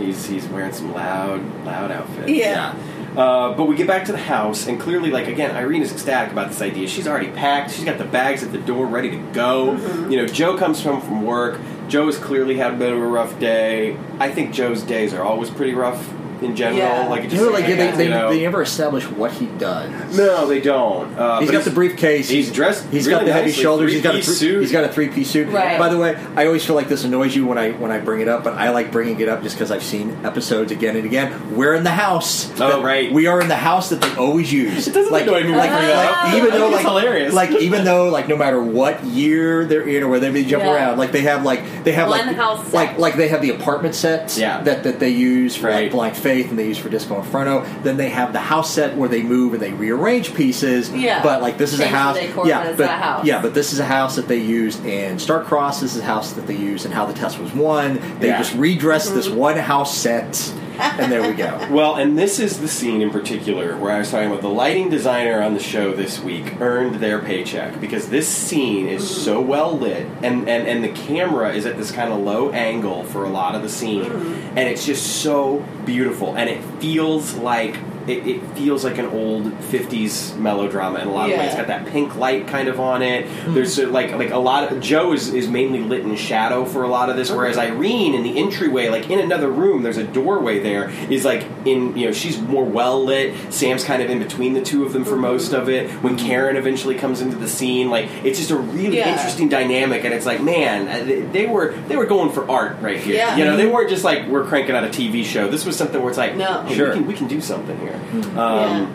A: Uh, He's he's wearing some loud loud outfits.
C: Yeah.
A: Uh, but we get back to the house, and clearly, like again, Irene is ecstatic about this idea. She's already packed. She's got the bags at the door, ready to go. You know, Joe comes home from work. Joe has clearly had a bit of a rough day. I think Joe's days are always pretty rough in general.
C: Yeah.
A: Like, it
B: You
A: just
B: know, like
A: seems
B: they,
A: you
B: they,
A: know.
B: they never establish what he does.
A: no, they don't. Uh,
B: He's
A: but
B: got the briefcase.
A: he's dressed
B: He's
A: really
B: got the heavy
A: nicely,
B: shoulders. He's got a
A: three-piece
B: three-
A: suit.
B: He's got a three-piece suit.
C: Right.
B: By the way, I always feel like this annoys you when I when I bring it up, but I like bringing it up just because I've seen episodes again and again. We're in the house.
A: Oh,
B: that-
A: right.
B: We are in the house that they always use.
A: It doesn't
B: like,
A: annoy me when
B: Like,
A: you bring
C: it
B: like,
C: up.
B: even
A: I think
B: though
A: it's
B: like
A: hilarious.
B: like even though like no matter what year they're in or whether they jump
C: Yeah.
B: around, like they have like they have
C: One
B: like
C: house set.
B: like like they have the apartment sets
A: Yeah.
B: that that they use for like
A: Right.
B: Blind Faith and they use for Disco Inferno. Then they have the house set where they move and they rearrange pieces.
C: Yeah.
B: But like this is a
C: Change the
B: house.
C: decor, but
B: yeah,
C: it's
B: but
C: not a house.
B: yeah, but this is a house that they used in Starcross. This is a house that they used in How the Test Was Won. They
A: Yeah.
B: just redressed this
C: Mm-hmm.
B: one house set, and there we
C: [laughs]
B: go.
A: Well, and this is the scene in particular where I was talking about the lighting designer on the show this week earned their paycheck because this scene is so well lit and, and, and the camera is at this kind of low angle for a lot of the scene and it's just so beautiful and it feels like it, it feels like an old 50s melodrama in a lot of ways.
C: Yeah.
A: It's got that pink light kind of on it. There's
C: Hmm.
A: sort of like like a lot of Joe is, is mainly lit in shadow for a lot of this, whereas Irene in the entryway, like in another room, there's a doorway there, is like in you know, she's more well lit. Sam's kind of in between the two of them for most of it. When Karen eventually comes into the scene, like it's just a really
C: Hmm. Yeah.
A: interesting dynamic and it's like, man, uh, they, they were they were going for art right here.
C: Yeah.
A: You know, they weren't just like we're cranking out a TV show. This was something where it's like,
C: No. Hmm.
A: hey,
B: Sure.
A: we can we can do something here. Um,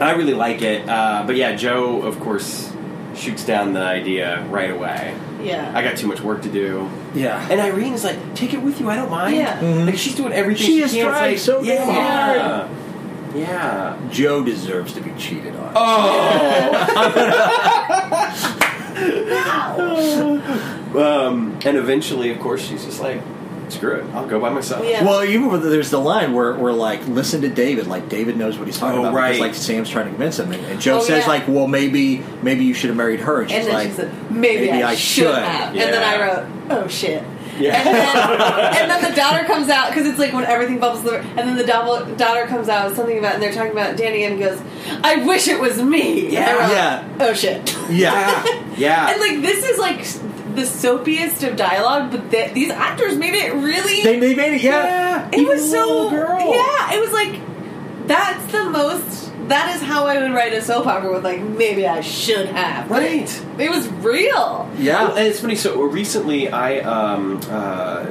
A: I really like it, uh, but yeah, Joe, of course, shoots down the idea right away.
C: yeah. Yeah.
A: I got too much work to do,
B: Yeah.
A: and Irene is like, "Take it with you. I don't mind."
C: Yeah.
A: Like she's doing everything
B: Mm-hmm. She
A: she,
B: is
A: can. It's
B: trying
A: like,
B: so damn
A: yeah, yeah.
B: Joe deserves to be cheated on.
C: [laughs]
A: Oh. [laughs] um, and eventually, of course, she's just like, "Screw it. I'll go by myself."
C: Yeah.
B: Well, even with, there's the line where, where like listen to David, like David knows what he's talking
A: Oh,
B: about because
A: right.
B: like Sam's trying to convince him, and, and Joe
C: Oh,
B: says
C: yeah.
B: like, well, maybe maybe you should have married her, and she's
C: and then
B: like,
C: she said, maybe, I, should, have. And then I
A: Yeah.
C: wrote, oh shit.
A: Yeah.
C: And, then, and then the daughter comes out because it's like when everything bubbles over. And then the double, daughter comes out with something about, and they're talking about Danny and goes, I wish it was me. And I
A: Yeah.
C: wrote,
B: Yeah.
C: Oh shit.
B: yeah,
C: [laughs]
A: yeah.
C: And like this is like the soapiest of dialogue, but th- these actors made it really.
B: they, they made it, yeah,
C: it was so.
A: little girl.
C: Yeah, it was like that's the most. That is how I would write a soap opera with like maybe I should have. But it-
A: Right.
C: It was real.
B: yeah.
A: Well, and it's funny. So recently, I um, uh,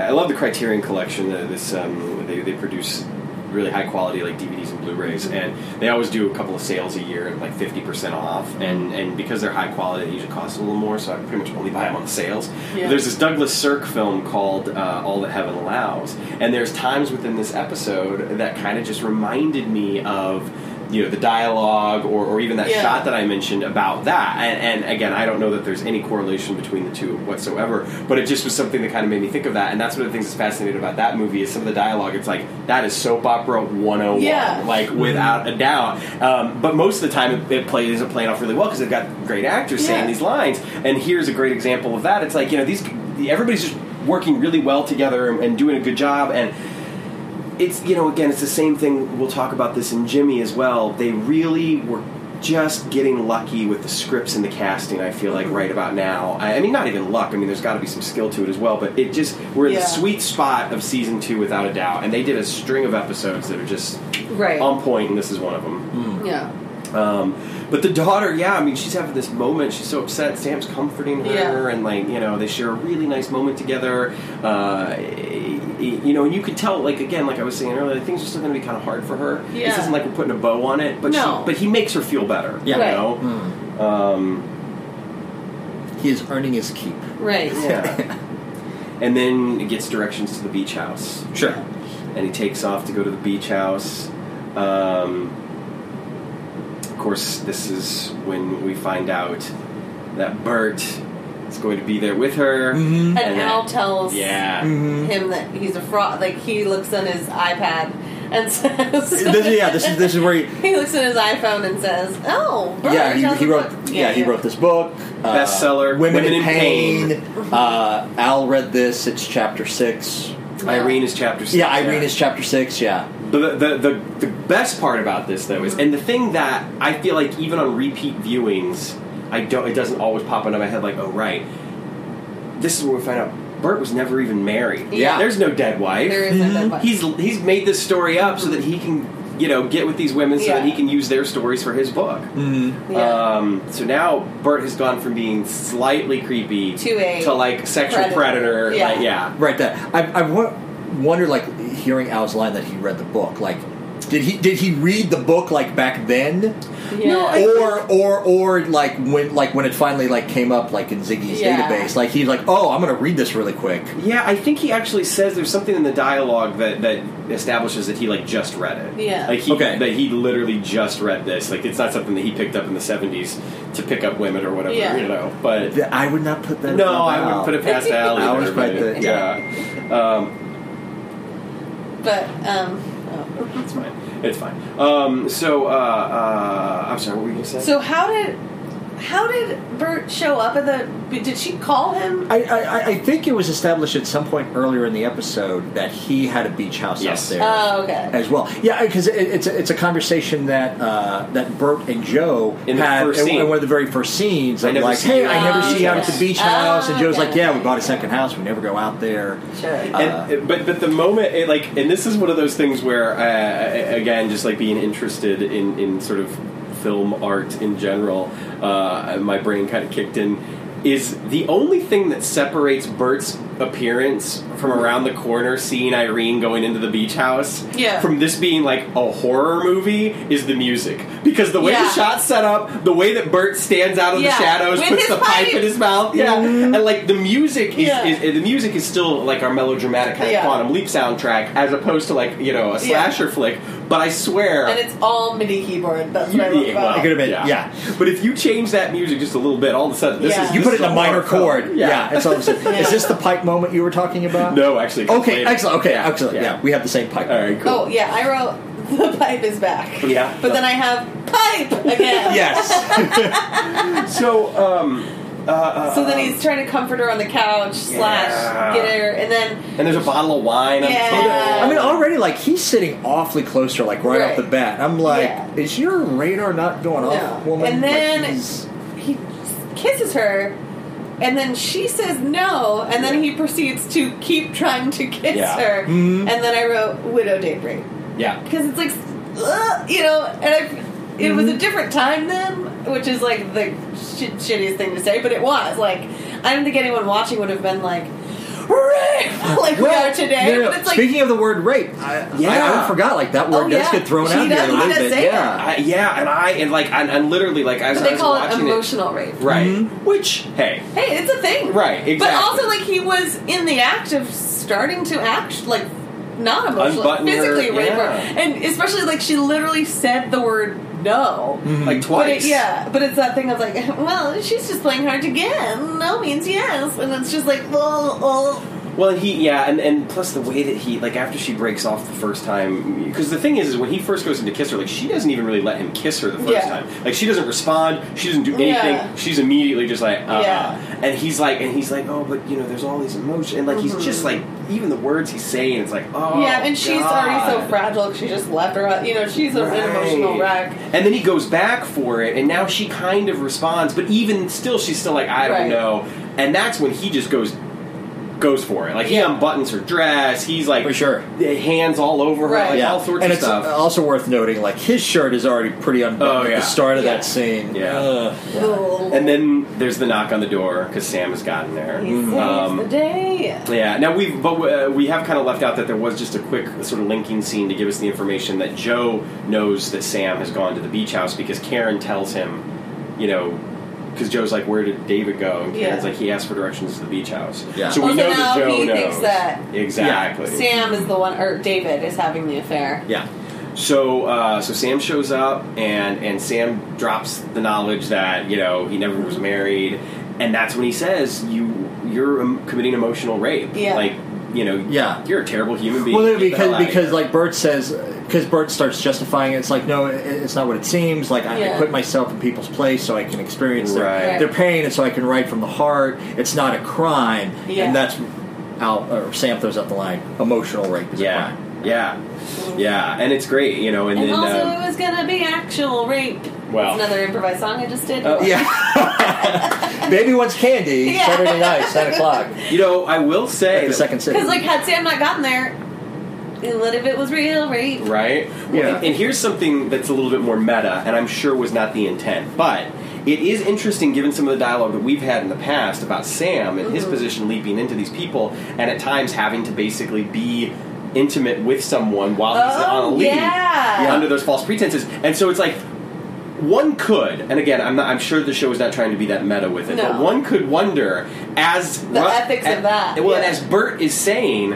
A: I love the Criterion Collection. Uh, this um, they they produce really high quality like DVDs and Blu-rays, and they always do a couple of sales a year, like fifty percent off. And and because they're high quality, they usually cost a little more. So I pretty much only buy them on the sales.
C: Yeah.
A: There's this Douglas Sirk film called uh, All That Heaven Allows, and there's times within this episode that kind of just reminded me of. You know the dialogue, or, or even that
C: Yeah.
A: shot that I mentioned about that, and, and again, I don't know that there's any correlation between the two whatsoever, but it just was something that kind of made me think of that, and that's one of the things that's fascinating about that movie is some of the dialogue. It's like that is soap opera 101,
C: Yeah.
A: like without a doubt. Um, but most of the time, it, it plays it playing off really well because they've got great actors
C: Yeah.
A: saying these lines, and here's a great example of that. It's like you know these everybody's just working really well together and, and doing a good job, and it's you know again it's the same thing we'll talk about this in jimmy as well they really were just getting lucky with the scripts and the casting i feel like
C: Mm-hmm.
A: right about now i, I mean not even luck i mean there's got to be some skill to it as well but it just we're in
C: Yeah.
A: the sweet spot of season two without a doubt and they did a string of episodes that are just
C: Right.
B: Um,
A: on point and this is one of them
B: Hmm.
C: yeah.
A: um, but the daughter yeah i mean she's having this moment she's so upset sam's comforting her
C: Yeah.
A: and like you know they share a really nice moment together uh, y- you know, and you could tell, like again, like I was saying earlier, things are still going to be kind of hard for her.
C: Yeah.
A: This isn't like we're putting a bow on it, but
C: No.
A: she, but he makes her feel better.
B: Yeah.
A: You
C: Right.
A: know? Um,
B: Hmm. He is earning his keep.
C: Right.
A: yeah.
B: [laughs]
A: and then it gets directions to the beach house,
B: Sure.
A: and he takes off to go to the beach house. Um, of course, this is when we find out that Bert is going to be there with her.
B: Mm-hmm.
C: And,
A: And
C: Al
A: that-
C: tells
A: Yeah.
B: Mm-hmm.
C: him that he's a fraud. Like he looks on his iPad and [laughs] says,
B: This, yeah, this is this
C: [laughs]
B: is where he,
C: He looks at his iPhone and says, "Oh, Bert,
B: yeah he,
C: tells
B: he
C: him
B: wrote
C: that-
B: yeah, he wrote this book uh,
A: Bestseller,
B: Women,
A: Women
B: in
A: in
B: Pain. Uh, Al read this. It's chapter six.
A: Irene is chapter six.
B: Yeah, Irene is chapter six. Yeah.
A: The, the, the, the best part about this though is, and the thing that I feel like even on repeat viewings, I don't. It doesn't always pop into my head like, oh right. This is where we find out Bert was never even married.
B: Yeah.
A: there's no dead wife.
C: There is no dead wife.
A: He's he's made this story up so that he can you know get with these women so that
C: Yeah.
A: he can use their stories for his book.
B: Mm-hmm.
C: Yeah.
A: Um, so now Bert has gone from being slightly creepy
C: To a
A: like sexual
C: predator.
A: predator.
C: Yeah.
A: like, yeah.
B: Right. That I I wo- wonder like hearing Al's line that he read the book. Like, did he did he read the book like back then?
C: Yeah. Oh.
A: No, I-
B: or or or like when like when it finally like came up like in Ziggy's
C: Yeah.
B: database, like he's like, oh, I'm gonna read this really quick.
A: Yeah, I think he actually says there's something in the dialogue that, that establishes that he like just read it.
C: Yeah.
A: like he,
B: Okay.
A: that he literally just read this. Like it's not something that he picked up in the '70s to pick up women or whatever,
C: Yeah.
A: you know. But
B: Th- I would not put that.
A: no, I would put it past Al.
B: I
A: either,
B: was right
A: but-
B: there.
A: Yeah,
C: [laughs]
A: um,
C: but um, oh.
A: it's fine. It's fine. Um, so uh, uh, I'm sorry. What were you gonna say?
C: so how did how did Bert show up at the? Did she call him?
B: I, I, I think it was established at some point earlier in the episode that he had a beach house
A: Yes.
B: out there.
C: Oh, okay.
B: as well. Yeah, because it, it's a, it's a conversation that uh, that Bert and Joe
A: In the
B: had
A: first
B: in,
A: scene.
B: in one of the very first scenes.
A: I
B: Of
A: never
B: like,
A: see
B: hey,
A: you
B: I
A: at
B: never
A: the
B: see
A: beach
B: you out at
A: house."
B: the beach
C: Ah,
B: house, and Joe's
C: okay.
B: like, yeah, we bought a second house, we never go out there.
C: Sure.
A: and, uh, but but the moment it, like and this is one of those things where uh, again just like being interested in in sort of film art in general uh, my brain kind of kicked in is the only thing that separates Bert's appearance from around the corner seeing Irene going into the beach house
C: Yeah.
A: from this being like a horror movie is the music because the way
C: Yeah.
A: the shot's set up the way that Bert stands out in
C: Yeah.
A: the shadows
C: With
A: puts
C: his
A: the pipe.
C: pipe.
A: in his mouth yeah and like the music is,
C: Yeah.
A: is, the music is still like our melodramatic kind
C: Yeah.
A: of quantum leap soundtrack as opposed to like you know a slasher flick but i swear
C: And it's all MIDI keyboard. That's what I love
A: yeah,
C: about
A: well,
B: It could have been- yeah.
A: but if you change that music just a little bit all of a sudden this
C: Yeah.
A: is
B: You
A: this
B: put it
A: is
B: in a minor
A: horror
B: chord.
A: film.
B: Yeah. that's all
A: [laughs]
B: I'm saying. Is this the pipe moment you were talking about?
A: no actually it comes
B: Okay,
A: later.
B: excellent. Okay, excellent. Yeah.
A: Yeah.
B: we have the same pipe.
A: all right cool
C: Oh yeah, I wrote [laughs] the pipe is back.
A: Yeah.
C: But then I have
A: [laughs]
C: pipe again.
B: Yes.
A: so um uh, uh,
C: Oh. So then he's trying to comfort her on the couch, slash
A: Yeah.
C: get her, and then
A: and there's a bottle of wine on
C: Yeah.
A: the table
B: I mean, already like he's sitting awfully close to her, like right,
C: Right.
B: off the bat. I'm like,
C: Yeah.
B: is your radar not going off,
C: No.
B: woman?
C: And
B: Like,
C: then-
B: he's-
C: he kisses her, and then she says no, and then he proceeds to keep trying to kiss
A: Yeah.
C: her,
B: Mhm.
C: and then I wrote widow daybreak
A: yeah
C: because it's like, ugh, you know, and I. It was a different time then, which is like the shit shittiest thing to say, but it was like I don't think anyone watching would have been like, "Rape!" [laughs] like we
B: Well,
C: are today.
B: no, no,
C: But it's like
B: Speaking of the word rape, I, I,
A: Yeah.
B: I forgot like that word
C: Oh,
B: does
C: yeah.
B: get thrown
C: She
B: out there
C: does-
B: a
C: he
B: little
C: does
B: bit.
C: say
B: yeah.
A: I, yeah and i and like and, and literally like as
C: But
A: i
C: they
A: was
C: call it
A: watching
C: emotional rape.
A: it right
B: Mhm.
A: which hey
C: Hey, it's a thing.
A: Right,
C: But
A: exactly.
C: also, like, he was in the act of starting to act, like, not emotionally,
A: Unbutton her,
C: physically rape her.
A: yeah.
C: And especially, like, she literally said the word no.
A: like
C: But
A: Mm-hmm. twice
C: it, yeah, but it's that thing of like, [laughs] well, she's just playing hard to get. No means yes, and it's just like, well, well,
A: Well, he yeah, and, and plus the way that he like after she breaks off the first time, because the thing is, is when he first goes in to kiss her, like she doesn't even really let him kiss her the first
C: Yeah.
A: time. Like she doesn't respond, she doesn't do anything.
C: Yeah.
A: She's immediately just like, uh
C: Yeah.
A: and he's like, and he's like, oh, but you know, there's all these emotions, and like he's just like, even the words he's saying, it's like, oh,
C: Mm-hmm. yeah. And she's already so
A: God.
C: fragile. 'cause She just left her. You know, she's a- an emotional
A: Right.
C: wreck.
A: And then he goes back for it, and now she kind of responds, but even still, she's still like, I don't
C: Right.
A: know. And that's when he just goes goes for it. Like he unbuttons her dress. He's like
B: For sure.
A: hands all over her,
C: Right.
A: like
B: yeah,
A: all sorts
B: and
A: of
B: it's
A: stuff.
B: also worth noting, like his shirt is already pretty unbuttoned
A: Oh,
B: at
A: yeah.
B: the start of
C: Yeah.
B: that scene.
A: Yeah.
B: Ugh.
A: and then there's the knock on the door because Sam has gotten there.
C: He saves
A: um,
C: the day.
A: Yeah. Now we've but uh, we have kind of left out that there was just a quick sort of linking scene to give us the information that Joe knows that Sam has gone to the beach house because Karen tells him, you know, because Joe's like, "Where did David go?" And Karen's
C: Yeah.
A: like, "He asked for directions to the beach house."
B: Yeah.
A: So we
C: Oh, so
A: know that
C: now
A: Joe
C: he
A: knows
C: thinks that
A: exactly.
C: Sam is the one, or David is having the affair.
A: Yeah. So uh, so Sam shows up and and Sam drops the knowledge that you know he never was married, and that's when he says you you're um, committing emotional rape.
C: Yeah.
A: Like you know
B: Yeah.
A: you're a terrible human being.
B: Well, no,
A: Get the hell
B: because
A: outta
B: because
A: here.
B: like Bert says, because Bert starts justifying it. It's like no, it, it's not what it seems. Like I, I
C: Yeah.
B: put myself in people's place so I can experience their,
A: Right.
B: their pain, and so I can write from the heart. It's not a crime,
C: Yeah.
B: and that's how or Sam throws out the line: emotional rape is a
A: yeah
B: crime.
A: yeah yeah, and it's great you know and,
C: And
A: then
C: also,
A: um,
C: it was gonna be actual rape.
A: Well.
C: It's another improvised song I just did.
A: Oh.
B: Yeah, [laughs] baby wants candy
C: Yeah.
B: Saturday night, nine o'clock
A: you know I will say
B: at the
A: that-
B: second city.
C: Because like, had Sam not gotten there, what if it was real rape?
A: right?
B: Yeah.
A: And, and here's something that's a little bit more meta, and I'm sure was not the intent, but it is interesting given some of the dialogue that we've had in the past about Sam and his
C: Mm-hmm.
A: position leaping into these people, and at times having to basically be intimate with someone while he's on a
C: Oh,
A: lead
C: yeah.
A: under those false pretenses, and so it's like. One could, and again, I'm, not, I'm sure the show is not trying to be that meta with it, but
C: No.
A: one could wonder as
C: The ethics of that,
A: Well, and
C: yeah.
A: as Bert is saying,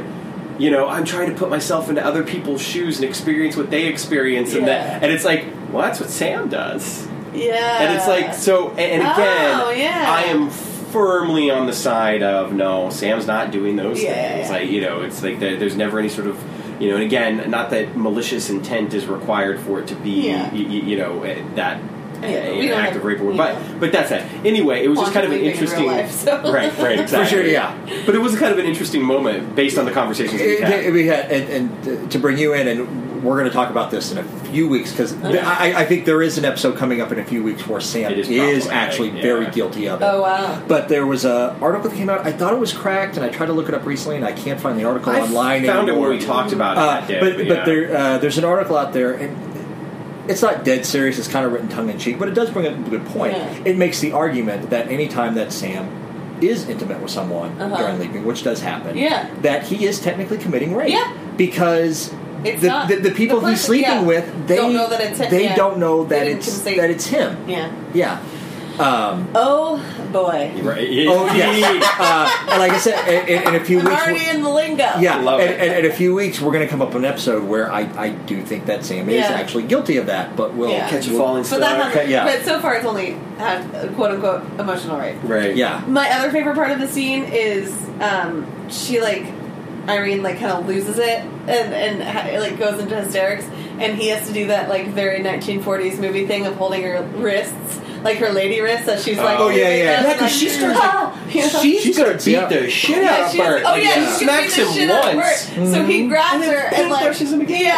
A: you know, I'm trying to put myself into other people's shoes and experience what they experience, and
C: Yeah.
A: that, and it's like, well, that's what Sam does,
C: Yeah.
A: and it's like, so, and, and again,
C: Uh, Oh, yeah.
A: I am firmly on the side of no, Sam's not doing those
C: Yeah, yeah,
A: things.
C: yeah.
A: Like, you know, it's like there, there's never any sort of, you know, and again, not that malicious intent is required for it to be,
C: Yeah.
A: y- y- you know, eh, that.
C: Yeah,
A: eh,
C: we
A: an
C: don't
A: act
C: have-
A: of rape, or-
C: yeah.
A: but but that's it. Anyway, it was just kind of an
C: Quantum leaping in
A: interesting,
C: real life,
A: [laughs]
C: so.
A: right, right,
C: [laughs]
B: for
A: exactly,
B: sure, yeah.
A: but it was kind of an interesting moment based on the conversations that we
B: It- it-
A: had.
B: we had- and, and to bring you in, and we're going to talk about this in a few weeks because I, I think there is an episode coming up in a few weeks where Sam
A: It
B: is,
A: is problematic,
B: actually
A: yeah.
B: very guilty of it.
C: Oh wow.
B: But there was a article that came out. I thought it was cracked, and I tried to look it up recently, and I can't find the article
A: I
B: online.
A: found it
B: anymore.
A: when we talked about it
B: Uh,
A: that day.
B: but
A: yeah.
B: but there uh, there's an article out there, and it's not dead serious. It's kind of written tongue in cheek, but it does bring up a good point.
C: Yeah.
B: It makes the argument that any time that Sam is intimate with someone
C: Uh-huh.
B: during leaping, which does happen,
C: Yeah.
B: that he is technically committing rape.
C: Yeah.
B: because.
C: It's
B: the,
C: not-
B: the, the people
C: the
B: he's
C: person-
B: sleeping
C: yeah.
B: with, they
C: Don't know that it's him,
B: They
C: yeah.
B: don't know
C: They
B: that
C: didn't
B: it's
C: consent.
B: that it's him.
C: Yeah.
B: Yeah. Um,
C: Oh boy.
A: Right. Yeah.
B: Oh
A: [laughs]
B: yeah. uh, and like I said, in, in, in a few
C: [laughs] I'm
B: weeks,
C: already in the lingo.
B: yeah,
A: Love
B: and,
A: it.
B: and in a few weeks, we're going to come up with an episode where I, I do think that Sam is
C: Yeah.
B: actually guilty of that, but we'll
C: Yeah.
A: Catch a
B: we'll-
A: falling
C: But
A: star.
C: that hasn't,
B: Okay, yeah.
C: but so far it's only had uh, quote unquote emotional rape.
A: Right.
B: Yeah,
C: My other favorite part of the scene is um, she like Irene like kind of loses it and and ha- like goes into hysterics and he has to do that like very 1940s movie thing of holding her wrists like her lady wrists as she's like
A: Oh, yeah,
C: moving
B: yeah.
C: them,
A: Yeah, 'cause
C: like, [laughs]
A: she starts,
C: "Ah!" you know?
A: She's,
B: She's
A: gonna
B: gonna
A: beat
B: beat
A: the shit
C: Yeah,
A: out of
C: she's-
A: Bert.
C: Oh
A: Like,
C: yeah,
A: she
C: she
A: smacks
C: beats the
A: him
C: shit out of
A: once. Mm-hmm.
C: Bert. So he grabs her and like
A: pushes him again.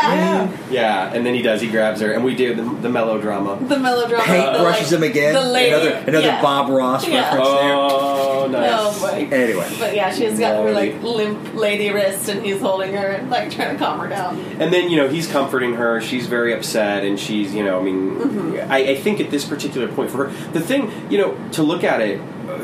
A: Mm-hmm.
C: Yeah.
A: Yeah, and then he does. He grabs her, and we do the, the melodrama.
C: The melodrama.
B: Hank
C: the,
B: brushes
C: like,
B: him again.
C: The lady.
B: Another another
C: yeah.
B: Bob Ross
C: Yeah.
B: reference
A: Oh,
C: Oh
A: nice.
C: boy.
B: there. Anyway,
C: But yeah, she's got her
A: Lordy.
C: like limp lady wrist, and he's holding her and like trying to calm her down.
A: And then you know he's comforting her. She's very upset, and she's you know I mean
C: Mm-hmm.
A: I, I think at this particular point for her the thing you know to look at it uh,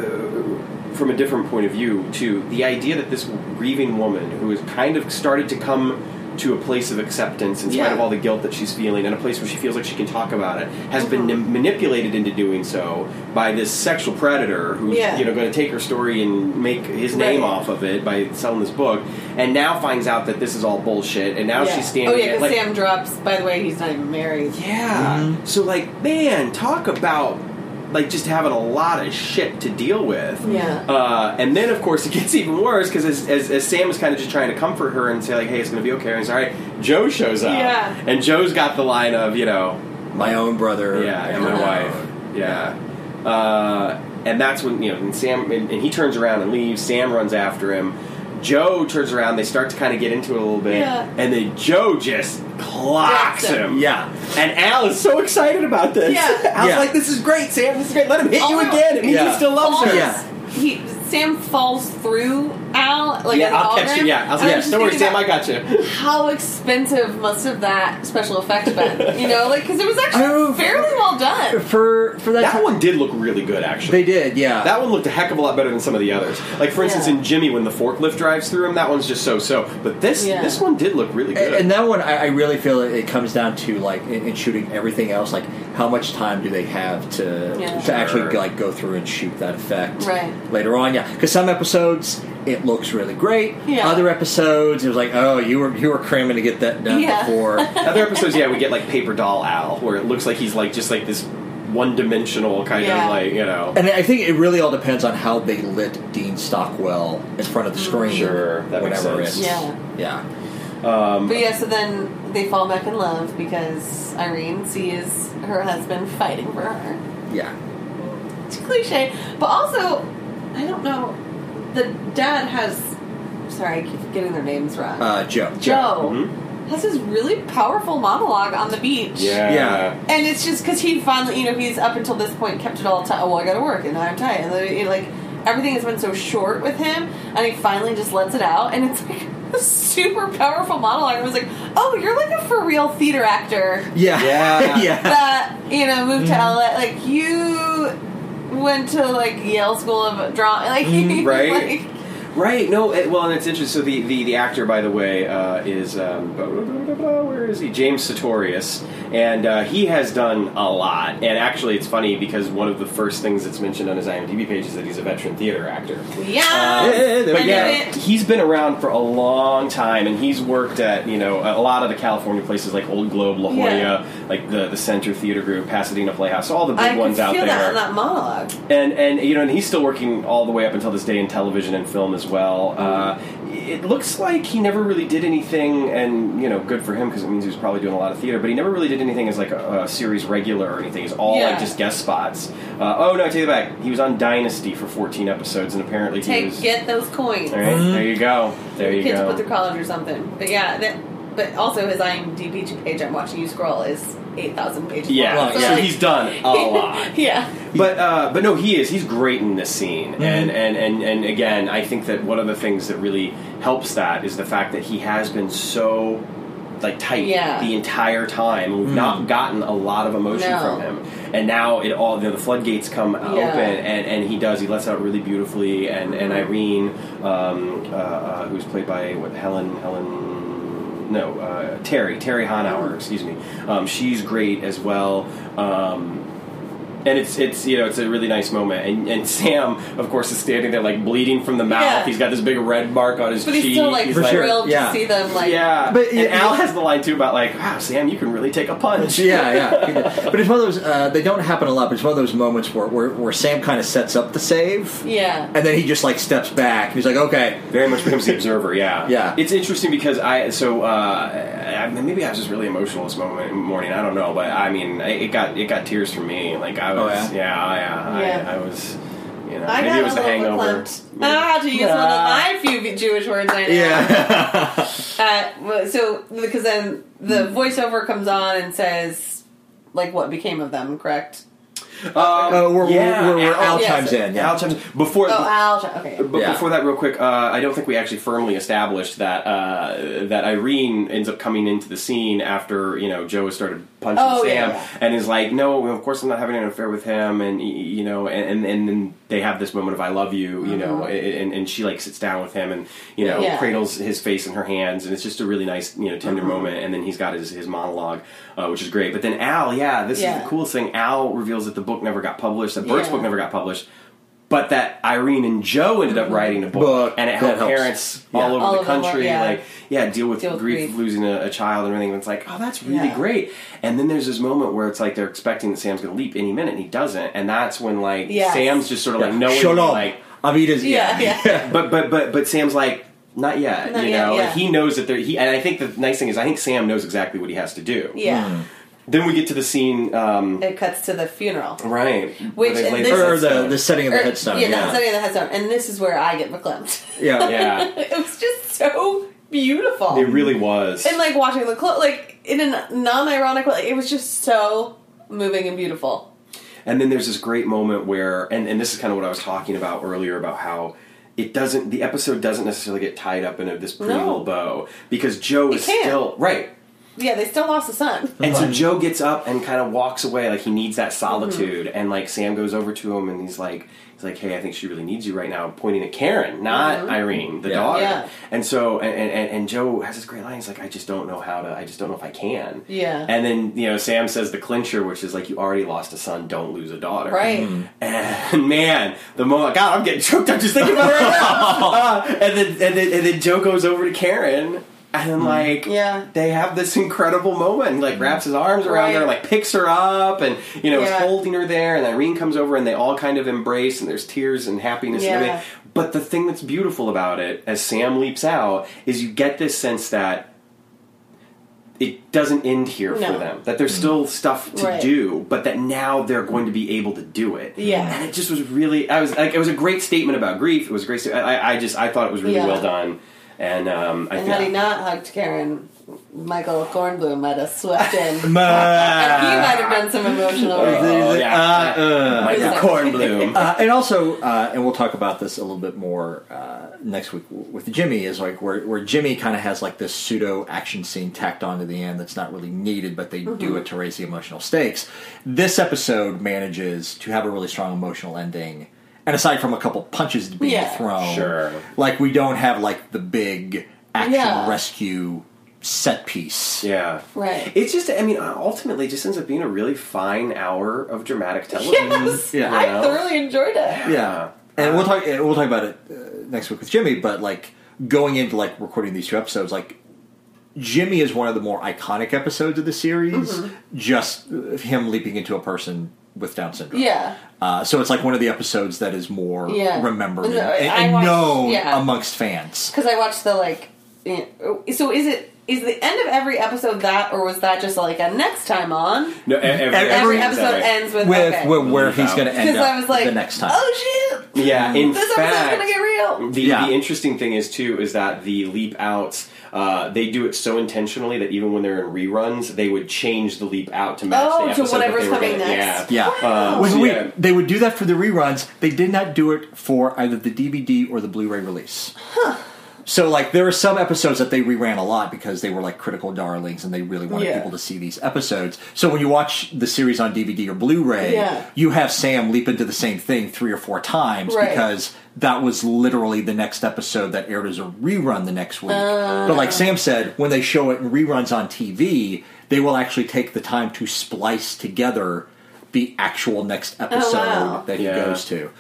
A: from a different point of view too the idea that this grieving woman who has kind of started to come to a place of acceptance in spite
C: Yeah.
A: of all the guilt that she's feeling and a place where she feels like she can talk about it has been
C: Mm-hmm.
A: nim- manipulated into doing so by this sexual predator who's
C: Yeah.
A: you know going to take her story and make his name
C: Right.
A: off of it by selling this book and now finds out that this is all bullshit and now now
C: yeah.
A: she's standing.
C: Oh yeah,
A: at,
C: because
A: like,
C: Sam drops. By the way, he's not even married.
A: Yeah. So like, man, talk about like just having a lot of shit to deal with.
C: Yeah.
A: Uh, and then of course it gets [laughs] even worse because as, as, as Sam is kind of just trying to comfort her and say like, hey, it's going to be okay. And it's all right. Joe shows up.
C: Yeah.
A: And Joe's got the line of you know
B: my own brother.
A: yeah, and my
C: Yeah.
A: wife. Yeah. Uh, and that's when, you know, and Sam, and, and he turns around and leaves. Sam runs after him. Joe turns around. They start to kind of get into it a little bit.
C: Yeah.
A: And then Joe just clocks
C: Hits him.
A: him.
B: Yeah.
A: And Al is so excited about this.
C: Yeah.
A: [laughs] Al's
B: Yeah.
A: like, this is great, Sam. This is great. Let him hit
C: Oh,
A: you
C: no.
A: again. It means
B: Yeah.
A: he still loves
C: Falls-
A: her.
B: Yeah.
C: He Sam falls through Al, like
A: yeah,
C: an
A: I'll catch
C: hologram?
A: you. Yeah, I was
C: I'm
A: like, yeah,
C: just
A: don't worry,
C: thinking
A: Sam,
C: about
A: I got you.
C: How expensive must have that special effect been? You know, like because it was
B: I don't know.
C: actually fairly well done.
B: for for that,
A: That
B: time-
A: one did look really good, actually.
B: They did, yeah.
A: That one looked a heck of a lot better than some of the others. Like for instance,
C: Yeah.
A: in Jimmy, when the forklift drives through him, that one's just so-so. But this
C: Yeah.
A: this one did look really good.
B: And- And that one, I, I really feel it, it comes down to like in, in shooting everything else, like how much time do they have to
C: Yeah.
B: to actually
A: Sure.
B: like go through and shoot that effect
C: Right.
B: later on? Yeah, because some episodes it looks really great.
C: Yeah.
B: Other episodes it was like, oh, you were you were cramming to get that done
C: Yeah. [laughs]
A: [laughs]
B: before.
A: Other episodes, yeah, we get like Paper Doll Al, where it looks like he's like just like this one-dimensional kind
C: Yeah.
A: of like you know.
B: And I think it really all depends on how they lit Dean Stockwell in front of the screen.
A: Sure, that makes
B: whenever
A: sense.
B: it's
C: Mm. Yeah.
B: yeah.
A: Um,
C: But yeah, so then they fall back in love because Irene sees her husband fighting for her.
B: Yeah.
C: It's cliche, but also, I don't know. The dad has. Sorry, I keep getting their names wrong.
B: Uh, Joe.
C: Joe
A: mhm.
C: has this really powerful monologue on the beach.
A: yeah.
B: Yeah.
C: And it's just because he finally, you know, he's up until this point kept it all tight. Well, I gotta work and I'm tight. And then, you know, like, everything has been so short with him, and he finally just lets it out, and it's like [laughs] a super powerful monologue. I was like, oh, you're like a for real theater actor
B: Yeah. [laughs]
A: Yeah.
B: yeah.
C: that you know moved
A: Mm.
C: to LA. Like you went to like Yale School of Drama. [laughs] Like
A: Mm, right.
C: like-
A: Right. No. It, well, and it's interesting. So the, the, the actor, by the way, uh, is um, blah, blah, blah, blah, blah, where is he? James Sartorius, and uh, he has done a lot. And actually, it's funny because one of the first things that's mentioned on his IMDb page is that he's a veteran theater actor.
C: yeah.
A: Um, but
C: we
A: yeah,
C: go.
A: he's been around for a long time, and he's worked at you know a lot of the California places like Old Globe, La Jolla,
C: Yeah.
A: like the the Center Theater Group, Pasadena Playhouse, all the big
C: I
A: ones
C: could
A: out
C: feel
A: there
C: that on that monologue.
A: and and you know, and he's still working all the way up until this day in television and film as well. Uh, it looks like he never really did anything, and you know, good for him because it means he was probably doing a lot of theater. But he never really did anything as like a, a series regular or anything. He's all
C: Yeah.
A: like just guest spots. Uh, oh no, I take it back. He was on Dynasty for 14 episodes, and apparently he
C: Take
A: was.
C: get those coins.
A: All right, there you go. There you
C: Kids
A: go.
C: put through college or something. But yeah, that. But also his IMDb page I'm watching you scroll is eight thousand pages.
A: yeah,
C: long.
B: Well,
A: so
B: yeah.
C: like-
A: he's done a
C: [laughs]
A: lot.
C: yeah.
A: But uh, but no, he is. He's great in this scene, and, and and and again, I think that one of the things that really helps that is the fact that he has been so like tight
C: Yeah.
A: the entire time. We've not gotten a lot of emotion
C: No.
A: from him, and now it all you know, the floodgates come
C: Yeah.
A: open, and, and he does. He lets out really beautifully, and and
C: Mm-hmm.
A: Irene, um, uh, uh, who's played by what Helen Helen. No, uh, Terry, Terry Hanauer, excuse me. Um, she's great as well. Um, and it's it's you know it's a really nice moment and, and Sam of course is standing there like bleeding from the mouth
C: Yeah.
A: he's got this big red mark on his
C: But
A: cheek
C: he's still like
A: He's
B: For sure.
C: thrilled
B: yeah.
C: to see them like
A: yeah
B: But
A: but and
B: it-
A: Al has the line too about like wow Sam you can really take a punch
B: [laughs] yeah, yeah. But it's one of those. Uh, they don't happen a lot. But it's one of those moments where where, where Sam kind of sets up the save,
C: Yeah.
B: and then he just like steps back. He's like, okay,
A: very much becomes the observer. Yeah,
B: [laughs] Yeah.
A: It's interesting because I so uh, I, maybe I was just really emotional this moment morning. I don't know, but I mean, it it got it got tears from me. Like I
B: Oh,
A: was, yeah, yeah,
C: Yeah.
A: I, I was, you know,
C: I
A: maybe
C: got
A: it was
C: a
A: the
C: little
A: hangover.
C: clumped. Ah, to use one of my few Jewish words I know.
B: yeah, [laughs]
C: Uh, well, so because then the voiceover comes on and says like what became of them, correct?
A: Um,
B: Uh, we're-
A: yeah,
B: we're- we're
A: Al,
B: Al
C: yeah,
B: chimes
C: so-
B: in. Yeah.
A: Al chimes before.
C: Oh, Al. Okay.
A: But
B: Yeah.
A: before that, real quick, uh, I don't think we actually firmly established that uh, that Irene ends up coming into the scene after you know Joe has started punching
C: Oh, yeah,
A: Sam
C: yeah.
A: and is like, "No, of course I'm not having an affair with him," and y- y- you know, and and, and then they have this moment of "I love you," you know, and, and she like sits down with him and you know
C: Uh-huh. Yeah. Uh-huh.
A: cradles his face in her hands, and it's just a really nice you know tender moment, and then he's got his his monologue, uh, which is great. But then Al, yeah, this
C: Yeah.
A: is the coolest thing. Al reveals that the book never got published, that Burke's
C: Yeah.
A: book never got published but that Irene and Joe ended up writing a book,
B: Book,
A: and it
B: that
A: helped
B: helps.
A: parents
B: Yeah.
A: all over
C: Mm-hmm. All
A: the
C: over the world,
A: country,
C: yeah.
A: like yeah, deal with
C: Deal with
A: grief,
C: grief.
A: losing a, a child and everything. And it's like, oh, that's really
C: Yeah.
A: great. And then there's this moment where it's like they're expecting that Sam's going to leap any minute, and he doesn't, and that's when like
C: Yes.
A: Sam's just sort of like knowing
B: Shalom,
A: like,
B: Avida's.
C: Yeah, yeah.
B: [laughs]
A: but but but but Sam's like. Not yet,
C: Not
A: you
C: yet,
A: know.
C: yeah.
A: He knows that there. He and I think the nice thing is, I think Sam knows exactly what he has to do.
C: Yeah.
B: Hmm.
A: Then we get to the scene, um,
C: It cuts to the funeral.
A: right?
C: Which-
A: where they
C: and
A: lay
C: this-
B: Or
A: headstone.
B: the, the setting of the
C: Or-
B: headstone.
C: Yeah, the
B: Yeah,
C: setting of the headstone. And this is where I get reclaimed.
B: yeah.
A: yeah,
C: [laughs] it was just so beautiful.
A: it really was.
C: and like watching the clo like in a non-ironic way, like, it was just so moving and beautiful.
A: And then there's this great moment where, and, and this is kind of what I was talking about earlier about how it doesn't the episode doesn't necessarily get tied up in a, this pretty
C: No.
A: little bow because Joe is
C: can't.
A: still right.
C: Yeah, they still lost the son.
A: And so Joe gets up and kind of walks away, like he needs
C: Mm-hmm.
A: that solitude. And like Sam goes over to him and he's like, he's like, hey, I think she really needs you right now, pointing at Karen, not Irene, the
B: Yeah.
A: daughter.
C: Mm-hmm. Yeah.
A: And so and, and- and and Joe has this great line. He's like, I just don't know how to. I just don't know if I can.
C: Yeah.
A: And then you know Sam says the clincher, which is like, you already lost a son, don't lose a daughter.
C: Right.
A: And [laughs] man, the moment God, I'm getting choked up just thinking about it right now. Uh, and then and then and then Joe goes over to Karen. And like,
C: Yeah.
A: they have this incredible moment. He like wraps his arms around
C: Right.
A: her, like picks her up, and you know is
C: Yeah.
A: holding her there. And Irene comes over, and they all kind of embrace, and there's tears and happiness. And
C: Yeah.
A: everything. But the thing that's beautiful about it, as Sam leaps out, is you get this sense that it doesn't end here for
C: No.
A: them. That there's still stuff to
C: Right.
A: do, but that now they're going to be able to do it.
C: Yeah.
A: and it just was really. I was like, it was a great statement about grief. It was a great. sta- I, I just I thought it was really
C: Yeah.
A: well done. And um, I
C: And
A: think
C: had he not hugged Karen, Michael Kornblum might have swept in. and he
B: Ma-
C: might have done some emotional.
A: Oh,
B: Uh,
A: yeah.
B: uh.
A: Michael
C: Yeah.
A: Kornblum.
C: [laughs]
B: Uh, and also, uh, and we'll talk about this a little bit more uh, next week w- with Jimmy. Is like where where Jimmy kind of has like this pseudo action scene tacked on to the end that's not really needed, but they
C: Mm-hmm.
B: do it to raise the emotional stakes. This episode manages to have a really strong emotional ending, and aside from a couple punches being
C: Yeah.
B: thrown,
A: Sure.
B: like we don't have like the big action
C: Yeah.
B: rescue set piece.
A: yeah.
C: Right.
A: It's just, I mean, ultimately, it just ends up being a really fine hour of dramatic television.
C: Yes,
B: Yeah.
C: I thoroughly enjoyed it.
B: Yeah, and we'll talk. and We'll talk about it uh, next week with Jimmy. But like going into like recording these two episodes, like Jimmy is one of the more iconic episodes of the series.
C: Mm-hmm.
B: Just uh, him leaping into a person with Down syndrome.
C: Yeah.
B: Uh, so it's like one of the episodes that is more
C: Yeah.
B: remembered and,
C: No, I- I
B: and
C: watched-
B: known
C: yeah.
B: amongst fans.
C: Because I watched the like. eh, So is it is the end of every episode that, or was that just like a next time on?
A: No, e- every,
C: Every,
B: Every
C: episode
A: episode.
C: ends with
B: With
C: okay.
B: where, where he's going to end
C: Because
B: up
C: I was like,
B: the next time.
C: oh shit,
A: Yeah, in
C: this episode's
A: fact,
C: gonna get real.
A: the,
B: Yeah.
A: the interesting thing is too is that the leap outs uh, they do it so intentionally that even when they're in reruns, they would change the leap out to match
C: Oh,
A: the
C: to
A: episode that
C: whatever's
A: they were
C: coming
A: gonna-
C: next.
A: Yeah,
B: Yeah. Uh,
A: Wow. Um,
B: Wait,
A: so
B: wait,
A: yeah.
B: They would do that for the reruns. They did not do it for either the DVD or the Blu-ray release. So like there were some episodes that they reran a lot because they were like critical darlings and they really wanted
C: Yeah.
B: people to see these episodes. So when you watch the series on DVD or Blu-ray,
C: Yeah.
B: you have Sam leap into the same thing three or four times
C: Right.
B: because that was literally the next episode that aired as a rerun the next week.
C: Ah.
B: but like Sam said, when they show it in reruns on TV, they will actually take the time to splice together the actual next episode
C: Oh, wow.
B: that
A: Yeah.
B: he goes to.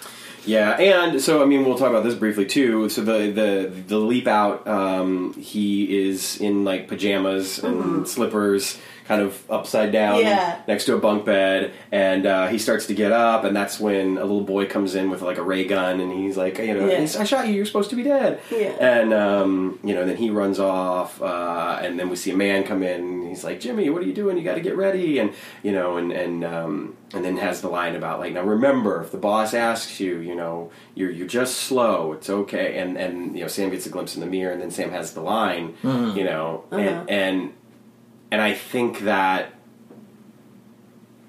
A: Yeah, and so I mean, we'll talk about this briefly too. So the the the leap out, um, he is in like pajamas and slippers, kind of upside down,
C: Mm-hmm. Yeah.
A: next to a bunk bed, and uh, he starts to get up, and that's when a little boy comes in with like a ray gun, and he's like, you know,
C: Yeah.
A: I shot you, you're supposed to be dead,
C: Yeah.
A: and um, you know, then he runs off, uh, and then we see a man come in, and he's like, Jimmy, what are you doing? You got to get ready, and you know, and and um, and then has the line about like, now remember, if the boss asks you, you know, you're you're just slow, it's okay, and and you know, Sam gets a glimpse in the mirror, and then Sam has the line, you know,
C: Uh-huh.
A: and and and I think that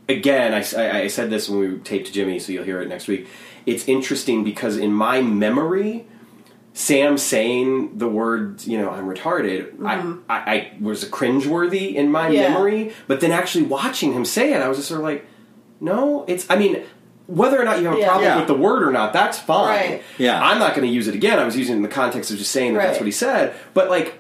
A: again, I, s- I- I said this when we taped Jimmy, so you'll hear it next week. It's interesting because in my memory, Sam saying the word, you know, I'm retarded, I, I, I was cringeworthy in my
C: Mm-hmm. Yeah.
A: memory. But then actually watching him say it, I was just sort of like, no, it's, I mean, whether or not you have a
C: Yeah.
A: problem
B: Yeah.
A: with the word or not, that's fine.
C: Right.
B: Yeah.
A: I'm not going to use it again. I was using it in the context of just saying that that's
C: Right.
A: what he said. But like,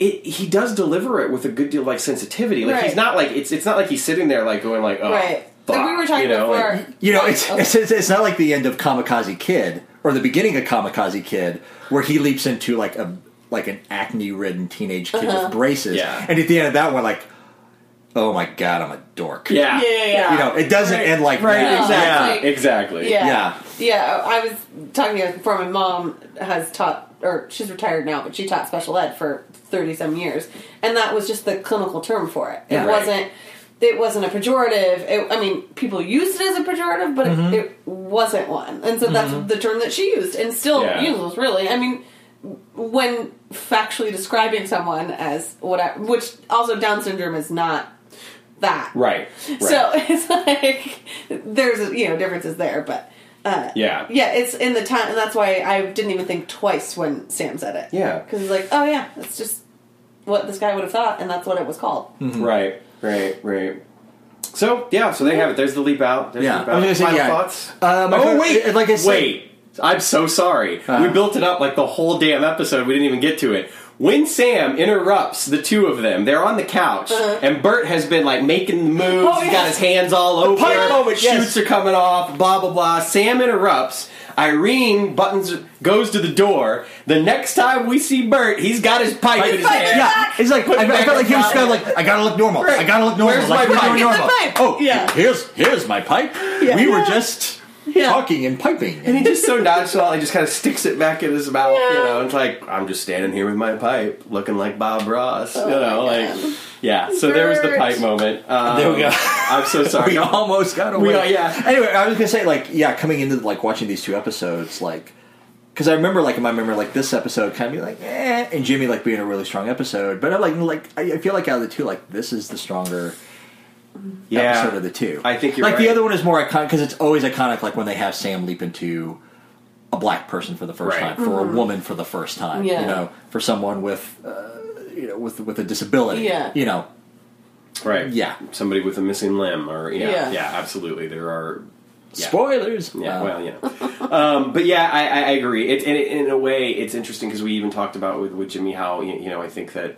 A: it, he does deliver it with a good deal of like sensitivity. Like he's
C: Right.
A: not like it's it's not like he's sitting there like going like oh
C: Right.
A: fuck,
C: Like we were talking
A: you know,
C: before.
A: like-
B: You know, it's,
C: Okay.
B: it's, it's it's not like the end of Kamikaze Kid or the beginning of Kamikaze Kid where he leaps into like a like an acne-ridden teenage kid
C: Uh-huh.
B: with braces,
A: Yeah.
B: and at the end of that one, like, oh my god, I'm a dork.
A: yeah
C: yeah, yeah,
B: [laughs]
C: yeah.
B: you know, it doesn't
A: Right.
B: end like
A: right
B: that.
C: No,
A: exactly
C: it's like-
A: exactly
C: Yeah.
B: Yeah.
C: Yeah, I was talking to her before. My mom has taught, or she's retired now, but she taught special ed for thirty some years, and that was just the clinical term for it.
B: Yeah.
C: it
A: Right.
C: wasn't. It wasn't a pejorative. It, I mean, people used it as a pejorative, but
B: Mm-hmm.
C: it, it wasn't one, and so that's the term that she used, and still
A: Yeah.
C: uses. Really, I mean, when factually describing someone as whatever, which also Down syndrome is not that,
A: right,
D: [laughs]
A: right.
C: so it's like there's you know differences there, but
A: yeah.
D: uh, Yeah, it's in the time, and that's why I didn't even think twice when Sam said it.
A: Yeah.
D: because he's like, oh yeah, that's just what this guy would have thought, and that's what it was called.
A: Right, right, right. So yeah, so they have it. There's the leap out. There's the
B: Yeah,
A: leap
B: I'm
A: out.
B: gonna say
A: Final
B: yeah.
A: thoughts.
B: Uh, my
A: oh
B: final-
A: wait,
B: it- like I said-
A: wait. I'm so sorry. we built it up like the whole damn episode. We didn't even get to it. When Sam interrupts the two of them, they're on the couch, and Bert has been like making the moves.
D: Oh,
A: He's
D: yeah.
A: got his hands all over.
B: pipe moment,
A: Shoots
B: yes.
A: are coming off. Blah blah blah. Sam interrupts. Irene buttons goes to the door. The next time we see Bert, he's got his pipe in his hand.
B: Yeah, it's like
A: Put
B: I,
A: it
B: I
A: back
B: felt like he was
A: in the
B: kind of like I gotta look normal. I gotta look normal.
A: Where's
B: like,
A: my
B: we're
A: pipe?
B: doing
D: Get
B: normal.
D: the pipe.
B: Oh,
D: Yeah.
B: Here's here's my pipe. We were just talking and piping.
A: And he just so nonchalantly just kind of sticks it back in his mouth, you know. It's like I'm just standing here with my pipe, looking like Bob Ross, you know, like yeah. So there was the
D: Bert.
A: pipe moment. Um,
B: [laughs] There we go.
A: I'm so sorry.
B: [laughs] [laughs] we almost got away.
A: We are- yeah.
B: Anyway, I was gonna say like yeah, coming into like watching these two episodes like. Because I remember, like, in my memory, like this episode kind of being like, eh, and Jimmy like being a really strong episode. But I like, like, I I feel like out of the two, like, this is the stronger
A: yeah.
B: episode of the two.
A: I think you're
B: like the
A: right.
B: other one is more iconic because it's always iconic. Like when they have Sam leap into a black person for the first
A: Right.
B: time, for a woman for the first time.
D: Mm-hmm. Yeah.
B: You know, for someone with uh, you know with with a disability.
D: Yeah.
B: You know.
A: right?
B: Yeah.
A: somebody with a missing limb, or yeah, yeah,
D: Yeah.
A: absolutely. There are yeah.
B: Spoilers.
A: Yeah,
D: Um,
B: Uh,
A: well, yeah, um, but yeah, I, I, I agree. It's and it, in a way, it's interesting because we even talked about with, with Jimmy how you, you know I think that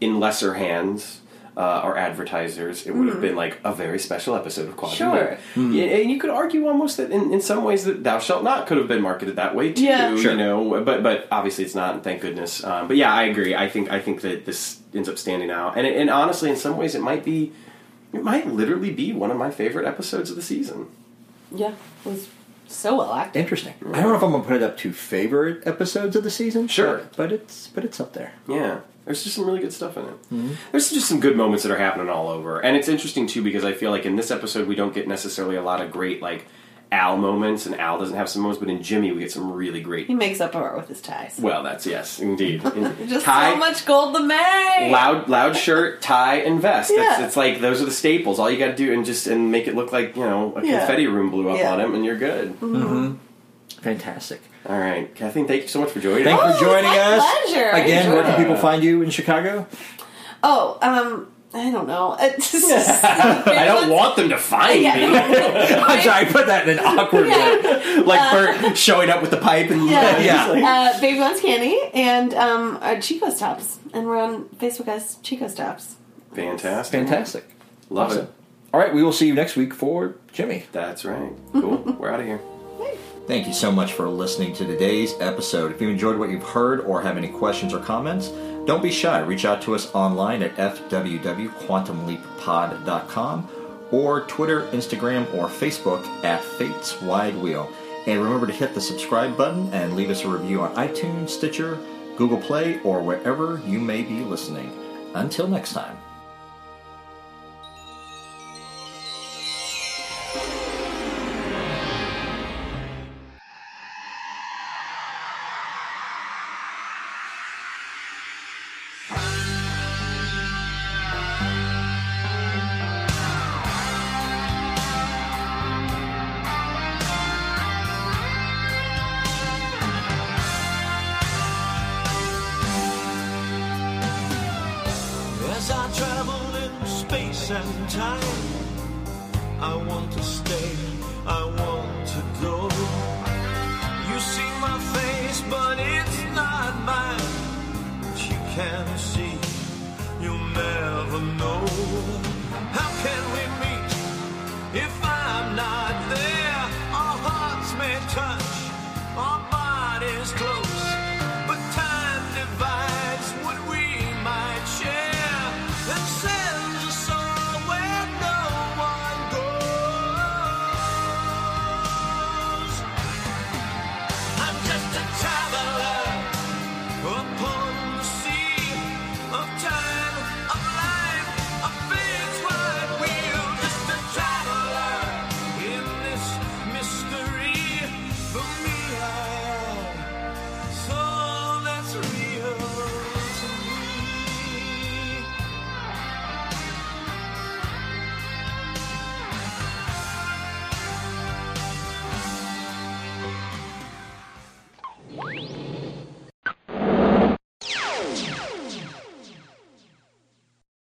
A: in lesser hands. Uh, our advertisers, it would have been like a very special episode of Quadrant.
D: Mm-hmm. Sure.
A: Yeah, and you could argue almost that in, in some ways that Thou Shalt Not could have been marketed that way too.
D: Yeah.
B: Sure.
A: You know, but but obviously it's not, and thank goodness. Um, but yeah, I agree. I think I think that this ends up standing out, and and honestly, in some ways, it might be, it might literally be one of my favorite episodes of the season.
D: Yeah, it was so well acted.
B: Interesting. I don't know if I'm gonna put it up to favorite episodes of the season.
A: Sure.
B: but, but it's but it's up there.
A: Yeah, Mm-hmm. there's just some really good stuff in it. There's just some good moments that are happening all over, and it's interesting too because I feel like in this episode we don't get necessarily a lot of great like Al moments, and Al doesn't have some moments, but in Jimmy we get some really great.
D: He makes up for it with his ties.
A: Well, that's
D: [laughs]
A: yes, indeed. In-
D: Just
A: tie,
D: so much gold to make.
A: loud, loud shirt, tie, and vest. That's,
D: Yeah.
A: it's like those are the staples. All you got to do and just and make it look like you know a
D: Yeah.
A: confetti room blew up
D: Yeah. Mm-hmm.
A: on him, and you're good.
B: Fantastic.
A: All right, Kathleen, thank you so much for joining.
B: Thank
A: us.
B: you
D: Oh,
B: for joining
D: my
B: us
D: pleasure. I
B: again. Where can
A: enjoyed it.
B: people find you in Chicago? [laughs]
D: Oh, um, I don't know. [laughs] It's just-
A: [laughs] I don't want them to find
D: [laughs] Yeah. [laughs]
A: me.
B: I'm sorry, I put that in an awkward way.
A: like Bert showing up with the pipe and
D: Uh,
A: [laughs]
D: Yeah.
B: [laughs] Yeah.
D: uh, Baby One's Candy and um, uh, Chico's Tops. And we're on Facebook as Chico's Tops.
A: fantastic,
B: Fantastic.
A: love
B: Awesome.
A: it.
B: All right, we will see you next week for Jimmy.
A: That's right. Cool. We're out of here.
B: Thank you so much for listening to today's episode. If you enjoyed what you've heard or have any questions or comments, don't be shy. Reach out to us online at fwwquantumleappod.com or Twitter, Instagram, or Facebook at Fates Wide Wheel. And remember to hit the subscribe button and leave us a review on iTunes, Stitcher, Google Play, or wherever you may be listening. Until next time.
E: As I travel in space and time, I want to stay, I want to go. You see my face, but it's not mine. But you can see, you'll never know. How oh,